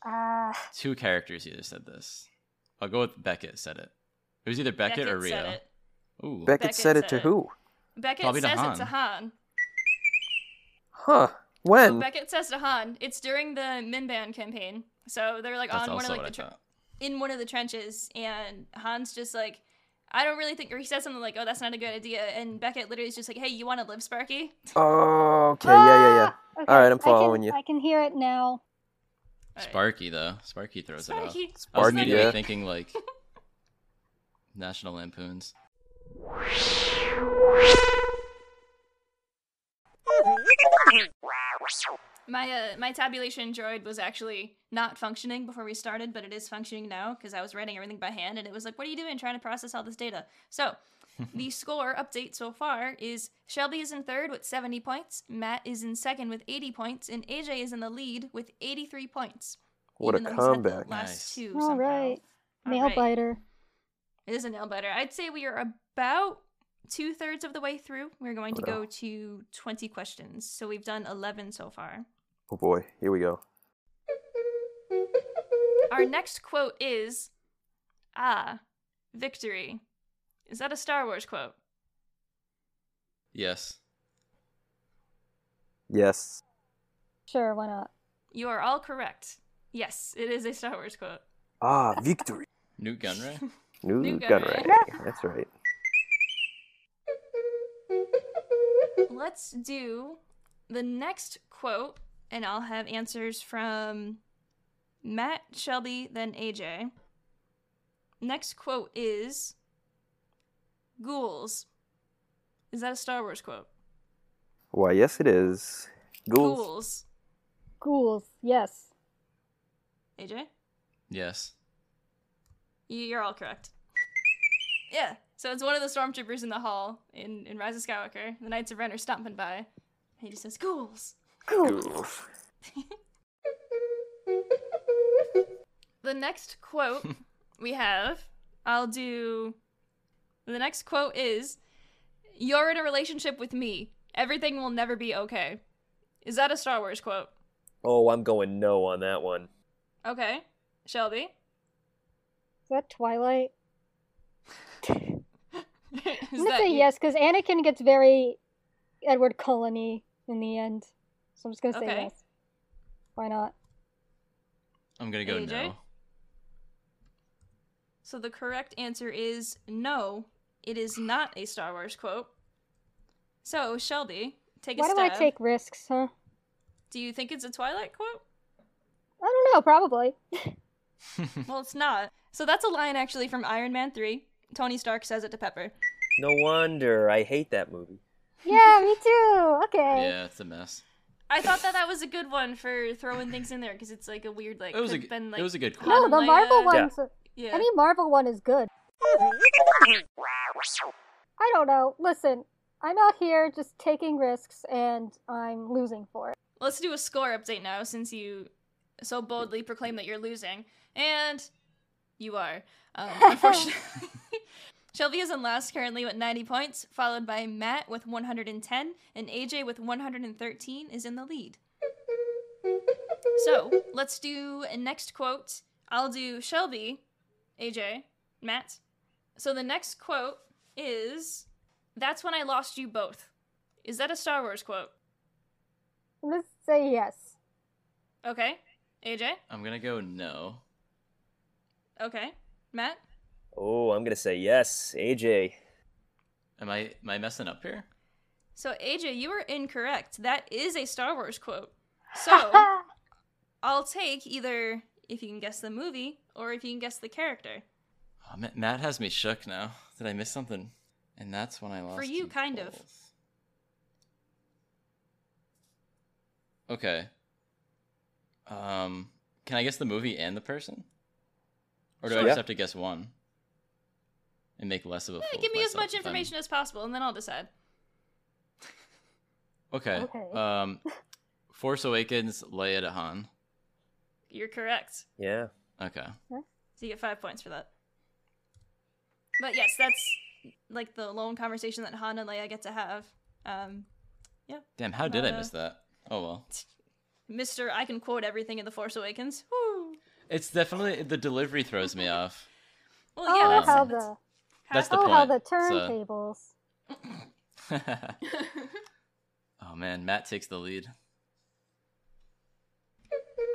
[SPEAKER 3] Ah,
[SPEAKER 4] two characters either said this. I'll go with Beckett said it. It was either Beckett, or Rio.
[SPEAKER 2] Said it.
[SPEAKER 4] Ooh,
[SPEAKER 6] Beckett,
[SPEAKER 2] Beckett
[SPEAKER 6] said it
[SPEAKER 2] said
[SPEAKER 6] to
[SPEAKER 2] it.
[SPEAKER 6] who?
[SPEAKER 2] Beckett
[SPEAKER 4] Probably to
[SPEAKER 2] says
[SPEAKER 4] Han.
[SPEAKER 2] it to Han.
[SPEAKER 6] Huh?
[SPEAKER 2] So
[SPEAKER 6] When?
[SPEAKER 2] Beckett says to Han, it's during the Minban campaign. So they're like
[SPEAKER 4] that's
[SPEAKER 2] on one of
[SPEAKER 4] also
[SPEAKER 2] like
[SPEAKER 4] what
[SPEAKER 2] the
[SPEAKER 4] I
[SPEAKER 2] tre-
[SPEAKER 4] thought.
[SPEAKER 2] in one of the trenches, and Han's just like, I don't really think, or he says something like, "Oh, that's not a good idea," and Beckett literally is just like, "Hey, you want to live, Sparky?"
[SPEAKER 6] Oh, okay, yeah, yeah, yeah.
[SPEAKER 3] Ah! Okay,
[SPEAKER 6] All right, I'm
[SPEAKER 3] I can-
[SPEAKER 6] following you.
[SPEAKER 3] I can hear it now.
[SPEAKER 2] All right.
[SPEAKER 4] Sparky though, Sparky throws it off.
[SPEAKER 2] Sparky.
[SPEAKER 4] I was
[SPEAKER 6] Sparky,
[SPEAKER 4] immediately
[SPEAKER 6] yeah.
[SPEAKER 4] thinking like National Lampoons.
[SPEAKER 2] My uh, my tabulation droid was actually not functioning before we started, but it is functioning now because I was writing everything by hand, and it was like, "What are you doing? Trying to process all this data." So, the score update so far is Shelby is in third with seventy points, Matt is in second with eighty points, and AJ is in the lead with eighty three points.
[SPEAKER 6] What a
[SPEAKER 2] even though he's had the
[SPEAKER 6] comeback.
[SPEAKER 2] Last
[SPEAKER 4] Nice.
[SPEAKER 2] two.
[SPEAKER 3] All
[SPEAKER 2] somehow.
[SPEAKER 3] right.
[SPEAKER 2] All
[SPEAKER 3] Nail
[SPEAKER 2] right.
[SPEAKER 3] biter.
[SPEAKER 2] It is a nail biter. I'd say we are about two thirds of the way through. We're going to
[SPEAKER 6] Wow.
[SPEAKER 2] go to 20 questions. So we've done 11 so far.
[SPEAKER 6] Oh boy, here we go.
[SPEAKER 2] Our next quote is Ah, victory. Is that a Star Wars quote?
[SPEAKER 4] Yes.
[SPEAKER 6] Yes.
[SPEAKER 3] Sure, why not?
[SPEAKER 2] You are all correct. Yes, it is a Star Wars quote.
[SPEAKER 6] Ah, victory.
[SPEAKER 4] Newt Gunray?
[SPEAKER 6] New,
[SPEAKER 2] New
[SPEAKER 6] gun
[SPEAKER 2] gunray.
[SPEAKER 6] right. That's right.
[SPEAKER 2] Let's do the next quote, and I'll have answers from Matt, Shelby, then AJ. Next quote is Ghouls. Is that a Star Wars quote?
[SPEAKER 6] Why, yes, it is. Ghouls.
[SPEAKER 2] Ghouls.
[SPEAKER 3] Ghouls, yes.
[SPEAKER 2] AJ?
[SPEAKER 4] yes.
[SPEAKER 2] You- You're all correct. Yeah. So it's one of the stormtroopers in the hall in, in Rise of Skywalker. The Knights of Ren are stomping by. He just says, Ghouls.
[SPEAKER 6] Ghouls.
[SPEAKER 2] The next quote we have, I'll do. The next quote is, You're in a relationship with me. Everything will never be okay. Is that a Star Wars quote?
[SPEAKER 5] Oh, I'm going no on that one.
[SPEAKER 2] Okay. Shelby?
[SPEAKER 3] Is that Twilight?
[SPEAKER 2] Is
[SPEAKER 3] I'm gonna
[SPEAKER 2] that
[SPEAKER 3] say
[SPEAKER 2] you?
[SPEAKER 3] yes because Anakin gets very Edward Cullen-y in the end, so I'm just gonna say
[SPEAKER 2] Okay.
[SPEAKER 3] yes. Why not?
[SPEAKER 4] I'm gonna go
[SPEAKER 2] AJ?
[SPEAKER 4] no.
[SPEAKER 2] So the correct answer is no, it is not a Star Wars quote. So, Shelby, take a
[SPEAKER 3] Why do I
[SPEAKER 2] stab.
[SPEAKER 3] take risks, huh?
[SPEAKER 2] Do you think it's a Twilight quote?
[SPEAKER 3] I don't know. Probably.
[SPEAKER 2] Well, it's not. So that's a line actually from Iron Man 3. Tony Stark says it to Pepper.
[SPEAKER 5] No wonder. I hate that movie.
[SPEAKER 3] yeah, me too. Okay.
[SPEAKER 4] Yeah, it's a mess.
[SPEAKER 2] I thought that that was a good one for throwing things in there because it's like a weird like
[SPEAKER 4] It was a
[SPEAKER 2] could've
[SPEAKER 4] g-
[SPEAKER 2] been,
[SPEAKER 4] it
[SPEAKER 2] like,
[SPEAKER 4] was a good quote.
[SPEAKER 3] No, the
[SPEAKER 2] Hanalea-
[SPEAKER 3] Marvel
[SPEAKER 5] Yeah.
[SPEAKER 3] ones.
[SPEAKER 2] Yeah.
[SPEAKER 3] Any Marvel one is good. I don't know. Listen, I'm out here just taking risks and I'm losing for it.
[SPEAKER 2] Let's do a score update now since you so boldly proclaim that you're losing. And you are. Um, unfortunately. Shelby is in last currently with 90 points, followed by Matt with 110, and AJ with 113 is in the lead. So let's do a next quote. I'll do Shelby, AJ, Matt. So the next quote is That's when I lost you both. Is that a Star Wars quote?
[SPEAKER 3] I'm gonna say yes.
[SPEAKER 2] Okay. AJ?
[SPEAKER 4] I'm gonna go no.
[SPEAKER 2] Okay. Matt?
[SPEAKER 5] Oh, I'm gonna say yes. AJ.
[SPEAKER 4] Am I am I messing up here?
[SPEAKER 2] Oh. So,
[SPEAKER 3] Oh,
[SPEAKER 2] AJ, you were incorrect. That is a Star Wars quote. So, I'll take either if you can guess the movie or if you can guess the character.
[SPEAKER 4] Oh, Ma- Matt has me shook now. Did I miss something? And that's when I lost.
[SPEAKER 2] you,
[SPEAKER 4] you
[SPEAKER 2] kind of.
[SPEAKER 4] both. Okay. Um, can I guess the movie and the person, or do I
[SPEAKER 5] Sure.
[SPEAKER 4] just
[SPEAKER 5] Yeah.
[SPEAKER 4] have to guess one and make less of a?
[SPEAKER 2] Eh,
[SPEAKER 4] fool of
[SPEAKER 2] give me as
[SPEAKER 4] myself
[SPEAKER 2] much
[SPEAKER 4] if I'm-
[SPEAKER 2] information as possible, and then I'll decide.
[SPEAKER 4] Okay.
[SPEAKER 3] Okay.
[SPEAKER 4] Um, Force Awakens, Leia to Han.
[SPEAKER 2] You're correct.
[SPEAKER 5] Yeah.
[SPEAKER 4] Okay.
[SPEAKER 2] So you get five points for that. But yes, that's like the lone conversation that Han and Leia get to have. Um,
[SPEAKER 4] Damn, how did I
[SPEAKER 2] Not a-
[SPEAKER 4] miss that? Oh well.
[SPEAKER 2] Mister, I can quote everything in The Force Awakens. Woo.
[SPEAKER 4] It's definitely the delivery throws me off.
[SPEAKER 2] Well, yeah,
[SPEAKER 3] Oh,
[SPEAKER 2] that's,
[SPEAKER 3] how
[SPEAKER 4] it.
[SPEAKER 3] the
[SPEAKER 4] That's the
[SPEAKER 3] oh how the
[SPEAKER 4] point, uh, so-
[SPEAKER 3] turntables.
[SPEAKER 4] oh man, Matt takes the lead.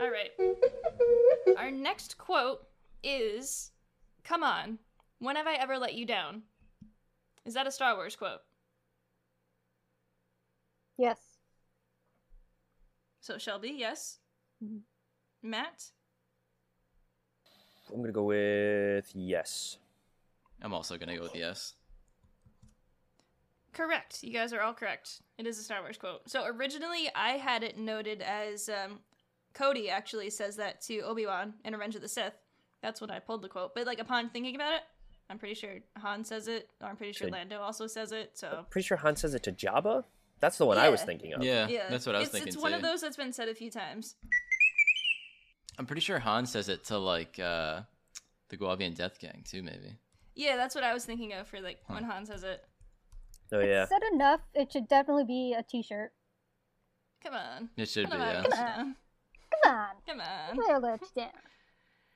[SPEAKER 2] All right. Our next quote is Come on, when have I ever let you down? Is that a Star Wars quote?
[SPEAKER 3] Yes.
[SPEAKER 2] So, Shelby, yes.
[SPEAKER 3] Mhm.
[SPEAKER 2] Matt?
[SPEAKER 5] I'm gonna go with yes.
[SPEAKER 4] I'm also gonna go with yes.
[SPEAKER 2] Correct. You guys are all correct. It is a Star Wars quote. So, originally, I had it noted as um, Cody actually says that to Obi Wan in Revenge of the Sith. That's when I pulled the quote. But, like, upon thinking about it, I'm pretty sure Han says it, or I'm pretty sure
[SPEAKER 5] Good.
[SPEAKER 2] Lando also says it. So,
[SPEAKER 5] Pretty sure Han says it to Jabba. That's the one I was
[SPEAKER 2] Yeah.
[SPEAKER 5] thinking of.
[SPEAKER 4] Yeah, that's what I was
[SPEAKER 2] it's,
[SPEAKER 4] thinking
[SPEAKER 2] It's one
[SPEAKER 4] too.
[SPEAKER 2] of those that's been said a few times.
[SPEAKER 4] I'm pretty sure Han says it to like uh the Guavian Death Gang too, maybe.
[SPEAKER 2] Yeah, that's what I was thinking of for like when Han says it.
[SPEAKER 5] Oh yeah.
[SPEAKER 3] Said enough. It should definitely be a T-shirt.
[SPEAKER 2] Come on.
[SPEAKER 4] It should be,
[SPEAKER 2] Come on.
[SPEAKER 4] yeah.
[SPEAKER 2] Come on.
[SPEAKER 3] Come on,
[SPEAKER 2] Come on.
[SPEAKER 3] we're let you down.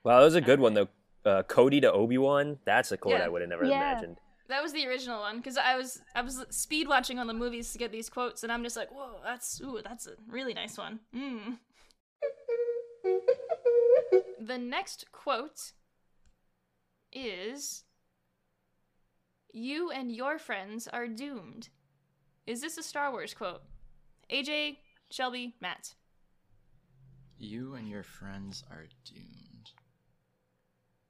[SPEAKER 5] Wow, that was a good one though. Uh, Cody to Obi Wan. That's a quote
[SPEAKER 2] Yeah.
[SPEAKER 5] I would have never
[SPEAKER 3] Yeah.
[SPEAKER 5] imagined.
[SPEAKER 2] That was the original one because I was I was speed watching on the movies to get these quotes, and I'm just like, whoa, that's ooh, that's a really nice one. Mm. the next quote is, "You and your friends are doomed." Is this a Star Wars quote? AJ, Shelby, Matt.
[SPEAKER 4] You and your friends are doomed.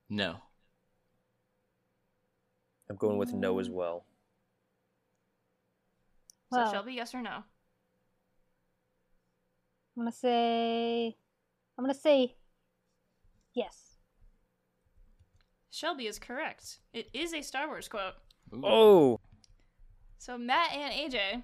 [SPEAKER 4] No.
[SPEAKER 5] I'm going with no as well.
[SPEAKER 2] So
[SPEAKER 3] Well,
[SPEAKER 2] Shelby, yes or no?
[SPEAKER 3] I'm gonna say, I'm gonna say, yes.
[SPEAKER 2] Shelby is correct. It is a Star Wars quote.
[SPEAKER 4] Ooh.
[SPEAKER 5] Oh,
[SPEAKER 2] So Matt and AJ,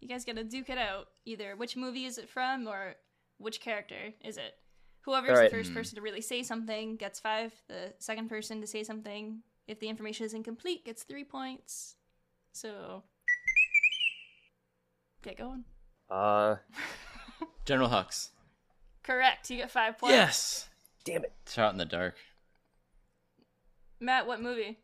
[SPEAKER 2] you guys gotta duke it out. Either which movie is it from or which character is it? Whoever's
[SPEAKER 5] All right.
[SPEAKER 2] the first
[SPEAKER 4] Hmm.
[SPEAKER 2] person to really say something gets five. The second person to say something, if the information is incomplete, gets three points. So get going.
[SPEAKER 5] uh,
[SPEAKER 4] General Hux.
[SPEAKER 2] Correct. You get five points.
[SPEAKER 4] Yes.
[SPEAKER 5] damn it.
[SPEAKER 4] Shot in the dark.
[SPEAKER 2] Matt, what movie?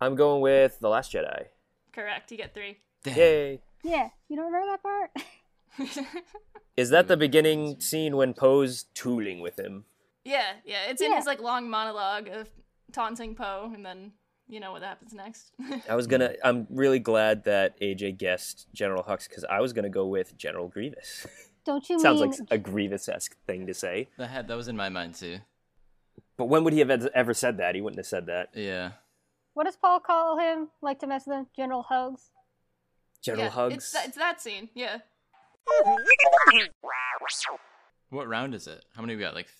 [SPEAKER 5] I'm going with the Last Jedi.
[SPEAKER 2] Correct. You get three.
[SPEAKER 4] Damn.
[SPEAKER 5] Yay!
[SPEAKER 3] Yeah, you don't remember that part?
[SPEAKER 5] Is that the beginning scene when Poe's tooling with him?
[SPEAKER 2] yeah, yeah. It's in
[SPEAKER 3] Yeah.
[SPEAKER 2] his like long monologue of taunting Poe, and then you know what happens next.
[SPEAKER 5] I was gonna. I'm really glad that AJ guessed General Hux because I was gonna go with General Grievous.
[SPEAKER 3] Don't you
[SPEAKER 5] Sounds
[SPEAKER 3] mean?
[SPEAKER 2] Mm.
[SPEAKER 5] like a Grievous-esque thing to say.
[SPEAKER 4] That had that was in my mind too.
[SPEAKER 5] But when would he have ev- ever said that? He wouldn't have said that.
[SPEAKER 4] Yeah.
[SPEAKER 3] What does Paul call him? Like to mess with him? General Hugs.
[SPEAKER 5] General
[SPEAKER 2] yeah,
[SPEAKER 5] Hugs.
[SPEAKER 2] It's, that- it's that scene. Yeah.
[SPEAKER 4] What round is it? How many we got? Like f-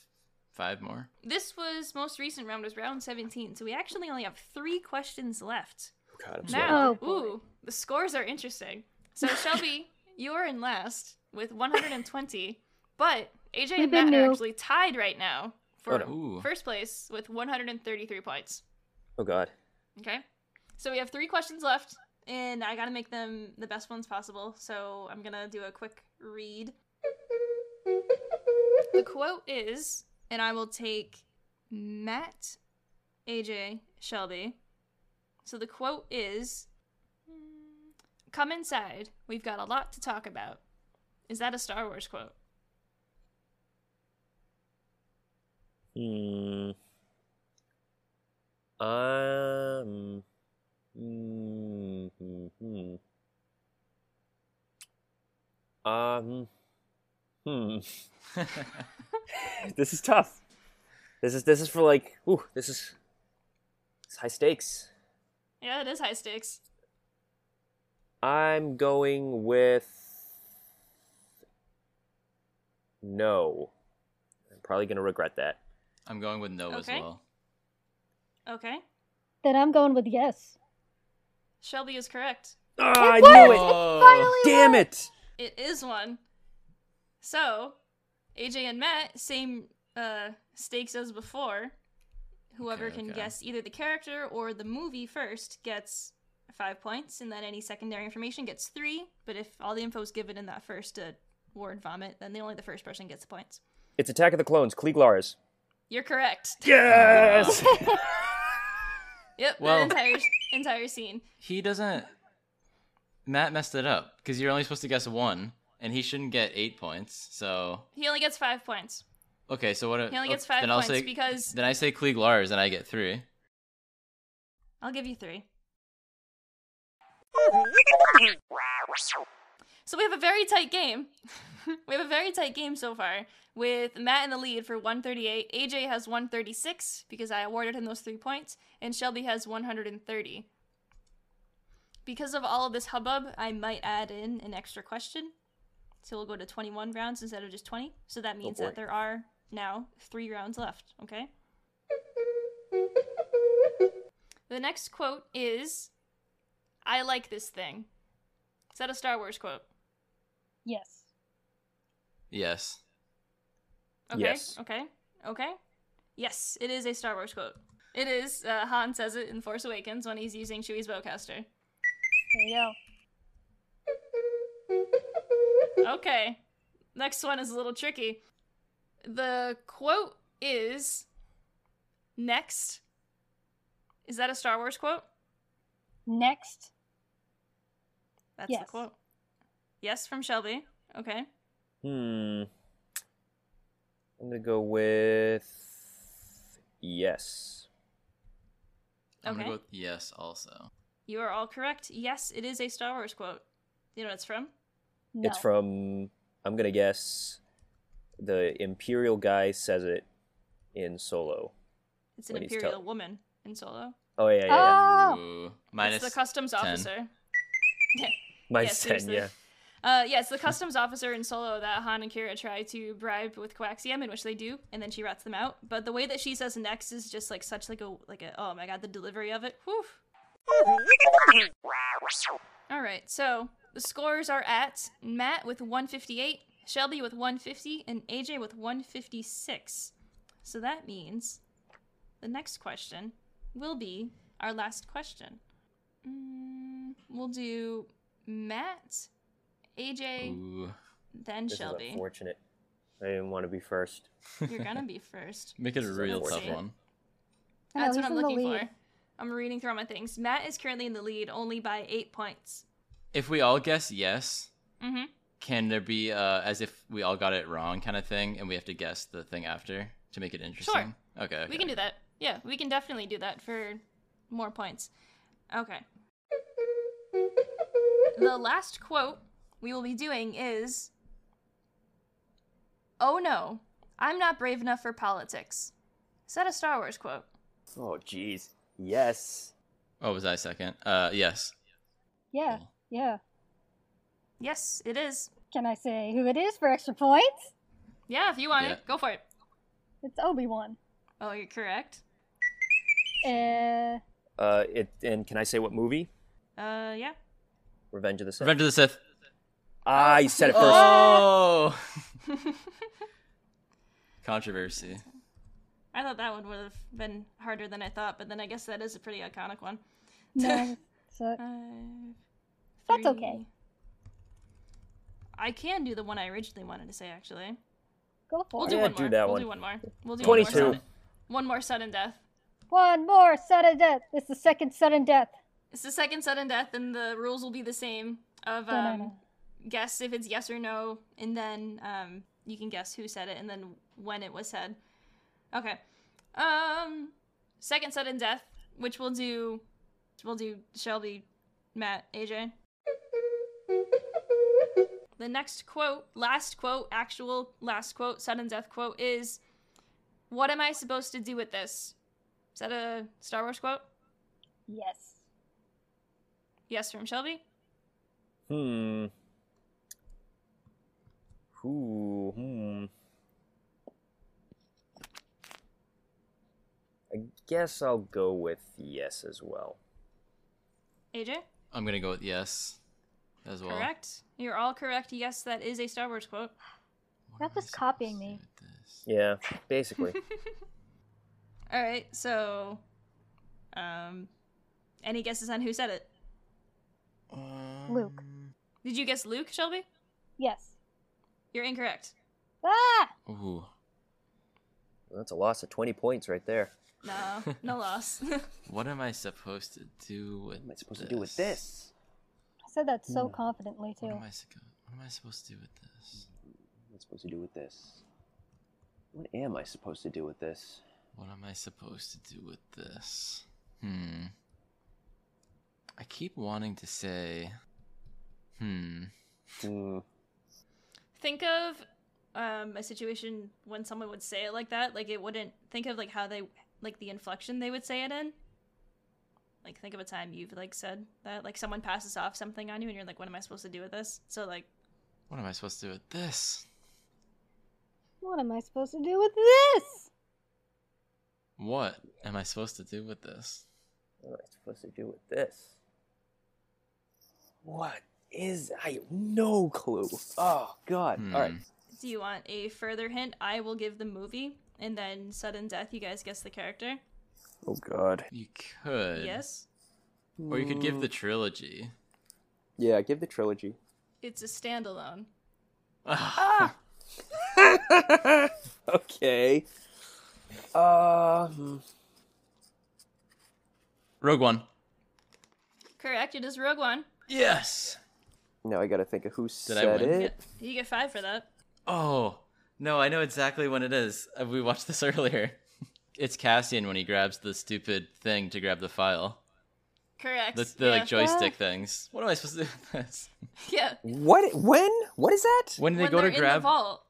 [SPEAKER 4] five more?
[SPEAKER 2] This was most recent round was round 17, so we actually only have three questions left.
[SPEAKER 5] God, I'm sorry.
[SPEAKER 2] Now,
[SPEAKER 3] Oh, boy.
[SPEAKER 2] ooh, the scores are interesting. So Shelby, you're in last with 120, but AJ
[SPEAKER 3] We've
[SPEAKER 2] and
[SPEAKER 3] been
[SPEAKER 2] Matt are
[SPEAKER 3] new.
[SPEAKER 2] actually tied right now for
[SPEAKER 5] Oh, no.
[SPEAKER 4] Ooh.
[SPEAKER 2] first place with 133 points.
[SPEAKER 5] Oh God.
[SPEAKER 2] Okay, so we have three questions left, and I gotta make them the best ones possible. So I'm gonna do a quick read. The quote is, and I will take Matt, AJ, Shelby. So the quote is, "Come inside. We've got a lot to talk about." Is that a Star Wars quote?
[SPEAKER 5] Hmm. Um. Hmm. hmm, hmm. Um. Hmm. This is tough. This is this is for like, ooh, this is it's high stakes.
[SPEAKER 2] Yeah, it is high stakes.
[SPEAKER 5] I'm going with no. I'm probably gonna regret that.
[SPEAKER 4] I'm going with no as
[SPEAKER 2] Okay.
[SPEAKER 4] well.
[SPEAKER 2] Okay.
[SPEAKER 3] Then I'm going with yes.
[SPEAKER 2] Shelby is correct.
[SPEAKER 5] Ah, I
[SPEAKER 3] was!
[SPEAKER 5] knew it.
[SPEAKER 4] Oh,
[SPEAKER 5] Damn it!
[SPEAKER 2] It is one. So, AJ and Matt, same uh, stakes as before. Whoever
[SPEAKER 4] Okay,
[SPEAKER 2] can
[SPEAKER 4] okay.
[SPEAKER 2] guess either the character or the movie first gets five points, and then any secondary information gets three. But if all the info is given in that first uh, word vomit, then the only the first person gets the points.
[SPEAKER 5] It's Attack of the Clones. Klieg Lars.
[SPEAKER 2] You're correct.
[SPEAKER 5] Yes.
[SPEAKER 2] Yep,
[SPEAKER 4] Well-
[SPEAKER 2] that entire entire scene.
[SPEAKER 4] he doesn't. Matt messed it up because you're only supposed to guess one, and he shouldn't get eight points. So
[SPEAKER 2] He only gets five points.
[SPEAKER 4] okay, so what?
[SPEAKER 2] He only gets five
[SPEAKER 4] okay, then
[SPEAKER 2] points
[SPEAKER 4] I'll say,
[SPEAKER 2] because-
[SPEAKER 4] then I say Klieg Lars, and I get three.
[SPEAKER 2] I'll give you three. So we have a very tight game. we have a very tight game so far, with Matt in the lead for 138. AJ has 136 because I awarded him those three points, and Shelby has 130. Because of all of this hubbub, I might add in an extra question. So we'll go to 21 rounds instead of just 20. So that means
[SPEAKER 5] boy.
[SPEAKER 2] that there are now three rounds left, okay? The next quote is I like this thing. Is that a Star Wars quote?
[SPEAKER 3] Yes.
[SPEAKER 4] Yes.
[SPEAKER 2] Okay.
[SPEAKER 5] Yes.
[SPEAKER 2] Okay. Okay. Yes, it is a Star Wars quote. It is. Uh, Han says it in Force Awakens when he's using Chewie's bowcaster.
[SPEAKER 3] There you go.
[SPEAKER 2] Okay. Next one is a little tricky. The quote is next. Is that a Star Wars quote?
[SPEAKER 3] Next.
[SPEAKER 2] That's the
[SPEAKER 3] Yes.
[SPEAKER 2] quote. Yes, from Shelby. Okay.
[SPEAKER 5] hmm. I'm gonna go with yes.
[SPEAKER 4] I'm gonna
[SPEAKER 2] Okay.
[SPEAKER 4] go with yes also.
[SPEAKER 2] You are all correct. Yes, it is a Star Wars quote. You know what it's from?
[SPEAKER 3] No.
[SPEAKER 5] It's from I'm gonna guess the Imperial guy says it in Solo.
[SPEAKER 2] It's an
[SPEAKER 5] What he's
[SPEAKER 2] Imperial
[SPEAKER 5] tell-
[SPEAKER 2] woman in Solo.
[SPEAKER 5] Oh yeah, yeah, yeah.
[SPEAKER 3] Oh.
[SPEAKER 4] Ooh,
[SPEAKER 2] It's
[SPEAKER 4] minus
[SPEAKER 2] the customs
[SPEAKER 4] 10.
[SPEAKER 2] officer.
[SPEAKER 5] Minus
[SPEAKER 2] yeah,
[SPEAKER 5] ten,
[SPEAKER 2] seriously.
[SPEAKER 5] yeah.
[SPEAKER 2] Uh, yeah, it's the customs officer in Solo that Han and Kira try to bribe with Quaxium, in which they do, and then she rats them out. But the way that she says next is just like such like a like a oh my god, the delivery of it. Whew. All right, so the scores are at Matt with 158, Shelby with 150, and AJ with 156. So that means the next question will be our last question. Mm, we'll do Matt, AJ,
[SPEAKER 4] Ooh.
[SPEAKER 2] then
[SPEAKER 5] This is
[SPEAKER 2] Shelby.
[SPEAKER 5] unfortunate. I didn't want to be first.
[SPEAKER 2] You're gonna be first.
[SPEAKER 4] Make it a
[SPEAKER 5] is
[SPEAKER 4] real tough
[SPEAKER 5] unfortunate.
[SPEAKER 4] one.
[SPEAKER 3] I know,
[SPEAKER 2] That's what
[SPEAKER 3] he's
[SPEAKER 2] I'm
[SPEAKER 3] in the
[SPEAKER 2] looking
[SPEAKER 3] lead.
[SPEAKER 2] for. I'm reading through all my things. Matt is currently in the lead only by eight points.
[SPEAKER 4] If we all guess yes,
[SPEAKER 2] Mm-hmm.
[SPEAKER 4] can there be uh, as if we all got it wrong kind of thing, and we have to guess the thing after to make it interesting? Okay.
[SPEAKER 2] We can do that. Yeah, we can definitely do that for more points. Okay. The last quote we will be doing is Oh no, I'm not brave enough for politics. Is that a Star Wars quote?
[SPEAKER 5] Oh jeez. Yes.
[SPEAKER 4] Oh, was I second? Uh, yes.
[SPEAKER 3] Yeah. Yeah.
[SPEAKER 2] Yes, it is.
[SPEAKER 3] Can I say who it is for extra points?
[SPEAKER 2] Yeah, if you want
[SPEAKER 4] Yeah.
[SPEAKER 2] it, go for it.
[SPEAKER 3] It's Obi Wan.
[SPEAKER 2] Oh, you're correct.
[SPEAKER 3] Uh,
[SPEAKER 5] Uh it and can I say what movie?
[SPEAKER 2] Uh, yeah.
[SPEAKER 5] Revenge of the Sith.
[SPEAKER 4] Revenge of the Sith.
[SPEAKER 5] ah, you said it first.
[SPEAKER 4] Oh, controversy.
[SPEAKER 2] I thought that one would have been harder than I thought, but then I guess that is a pretty iconic one.
[SPEAKER 3] no, so,
[SPEAKER 2] Five,
[SPEAKER 3] That's okay.
[SPEAKER 2] three. I can do the one I originally wanted to say, actually.
[SPEAKER 3] go
[SPEAKER 2] We'll
[SPEAKER 3] for
[SPEAKER 2] do
[SPEAKER 3] it.
[SPEAKER 5] Yeah,
[SPEAKER 2] one
[SPEAKER 5] do
[SPEAKER 2] more.
[SPEAKER 5] that
[SPEAKER 2] we'll
[SPEAKER 5] one.
[SPEAKER 2] do one more. We'll do One more,
[SPEAKER 5] 22.
[SPEAKER 2] sudden. one more sudden death.
[SPEAKER 3] One more sudden death. It's the second sudden death.
[SPEAKER 2] It's the second sudden death, and the rules will be the same. Of um,
[SPEAKER 3] Dun-dun-dun.
[SPEAKER 2] guess if it's yes or no, and then um, you can guess who said it and then when it was said. Okay. Um, second sudden death, which we'll do. We'll do Shelby, Matt, AJ. The next quote, last quote, actual last quote, sudden death quote is What am I supposed to do with this? Is that a Star Wars quote?
[SPEAKER 3] Yes.
[SPEAKER 2] Yes, from Shelby?
[SPEAKER 5] Hmm. Ooh, hmm. I guess I'll go with yes as well.
[SPEAKER 2] AJ?
[SPEAKER 4] I'm gonna go with yes, as well.
[SPEAKER 2] Correct. You're all correct. Yes, that is a Star Wars quote.
[SPEAKER 4] What
[SPEAKER 3] Not
[SPEAKER 4] am I
[SPEAKER 3] just
[SPEAKER 4] supposed
[SPEAKER 3] copying
[SPEAKER 4] to do
[SPEAKER 3] me.
[SPEAKER 4] with this?
[SPEAKER 5] Yeah, basically.
[SPEAKER 2] All right, so um any guesses on who said it?
[SPEAKER 3] Luke.
[SPEAKER 4] Um,
[SPEAKER 2] Did you guess Luke, Shelby?
[SPEAKER 3] Yes.
[SPEAKER 2] You're incorrect.
[SPEAKER 3] Ah!
[SPEAKER 4] Ooh.
[SPEAKER 5] That's a loss of 20 points right there.
[SPEAKER 2] No, no loss.
[SPEAKER 4] What am I supposed to do with? What
[SPEAKER 5] am I supposed to do with this?
[SPEAKER 3] I said that so confidently
[SPEAKER 4] What
[SPEAKER 3] too.
[SPEAKER 4] am I supposed? What am I supposed to do with this?
[SPEAKER 5] What am I supposed to do with this? What am I supposed to do with this?
[SPEAKER 4] What am I supposed to do with this? Hmm. I keep wanting to say. Hmm.
[SPEAKER 5] Hmm.
[SPEAKER 2] think of um a situation when someone would say it like that, like it wouldn't think of like how they like the inflection they would say it in. Like think of a time you've like said that like someone passes off something on you and you're like what am I supposed to do with this? So like
[SPEAKER 4] What am I supposed to do with this?
[SPEAKER 3] What am I supposed to do with this?
[SPEAKER 4] What am I supposed to do with this?
[SPEAKER 5] What am I supposed to do with this? What is I have no clue. Oh god.
[SPEAKER 4] Hmm.
[SPEAKER 5] All right.
[SPEAKER 2] do you want a further hint? I will give the movie and then sudden death you guys guess the character.
[SPEAKER 6] Oh God.
[SPEAKER 4] You could.
[SPEAKER 2] Yes.
[SPEAKER 4] Or you could give the trilogy.
[SPEAKER 5] Yeah, give the trilogy.
[SPEAKER 2] It's a standalone.
[SPEAKER 4] Ah!
[SPEAKER 5] okay. Uh hmm.
[SPEAKER 4] Rogue One.
[SPEAKER 2] Correct, it is Rogue One.
[SPEAKER 4] Yes.
[SPEAKER 6] Now I gotta think of who
[SPEAKER 4] I
[SPEAKER 6] said
[SPEAKER 4] win?
[SPEAKER 6] it.
[SPEAKER 2] Yep. You get five for that.
[SPEAKER 4] Oh no, I know exactly when it is. Uh, We watched this earlier. it's Cassian when he grabs the stupid thing to grab the file.
[SPEAKER 2] Correct.
[SPEAKER 4] The, the
[SPEAKER 2] yeah.
[SPEAKER 4] like joystick things. What am I supposed to do with this?
[SPEAKER 2] yeah.
[SPEAKER 5] What when? What is that?
[SPEAKER 4] When they
[SPEAKER 2] when
[SPEAKER 4] go
[SPEAKER 2] they're
[SPEAKER 4] to
[SPEAKER 2] in the
[SPEAKER 4] grab,
[SPEAKER 2] vault.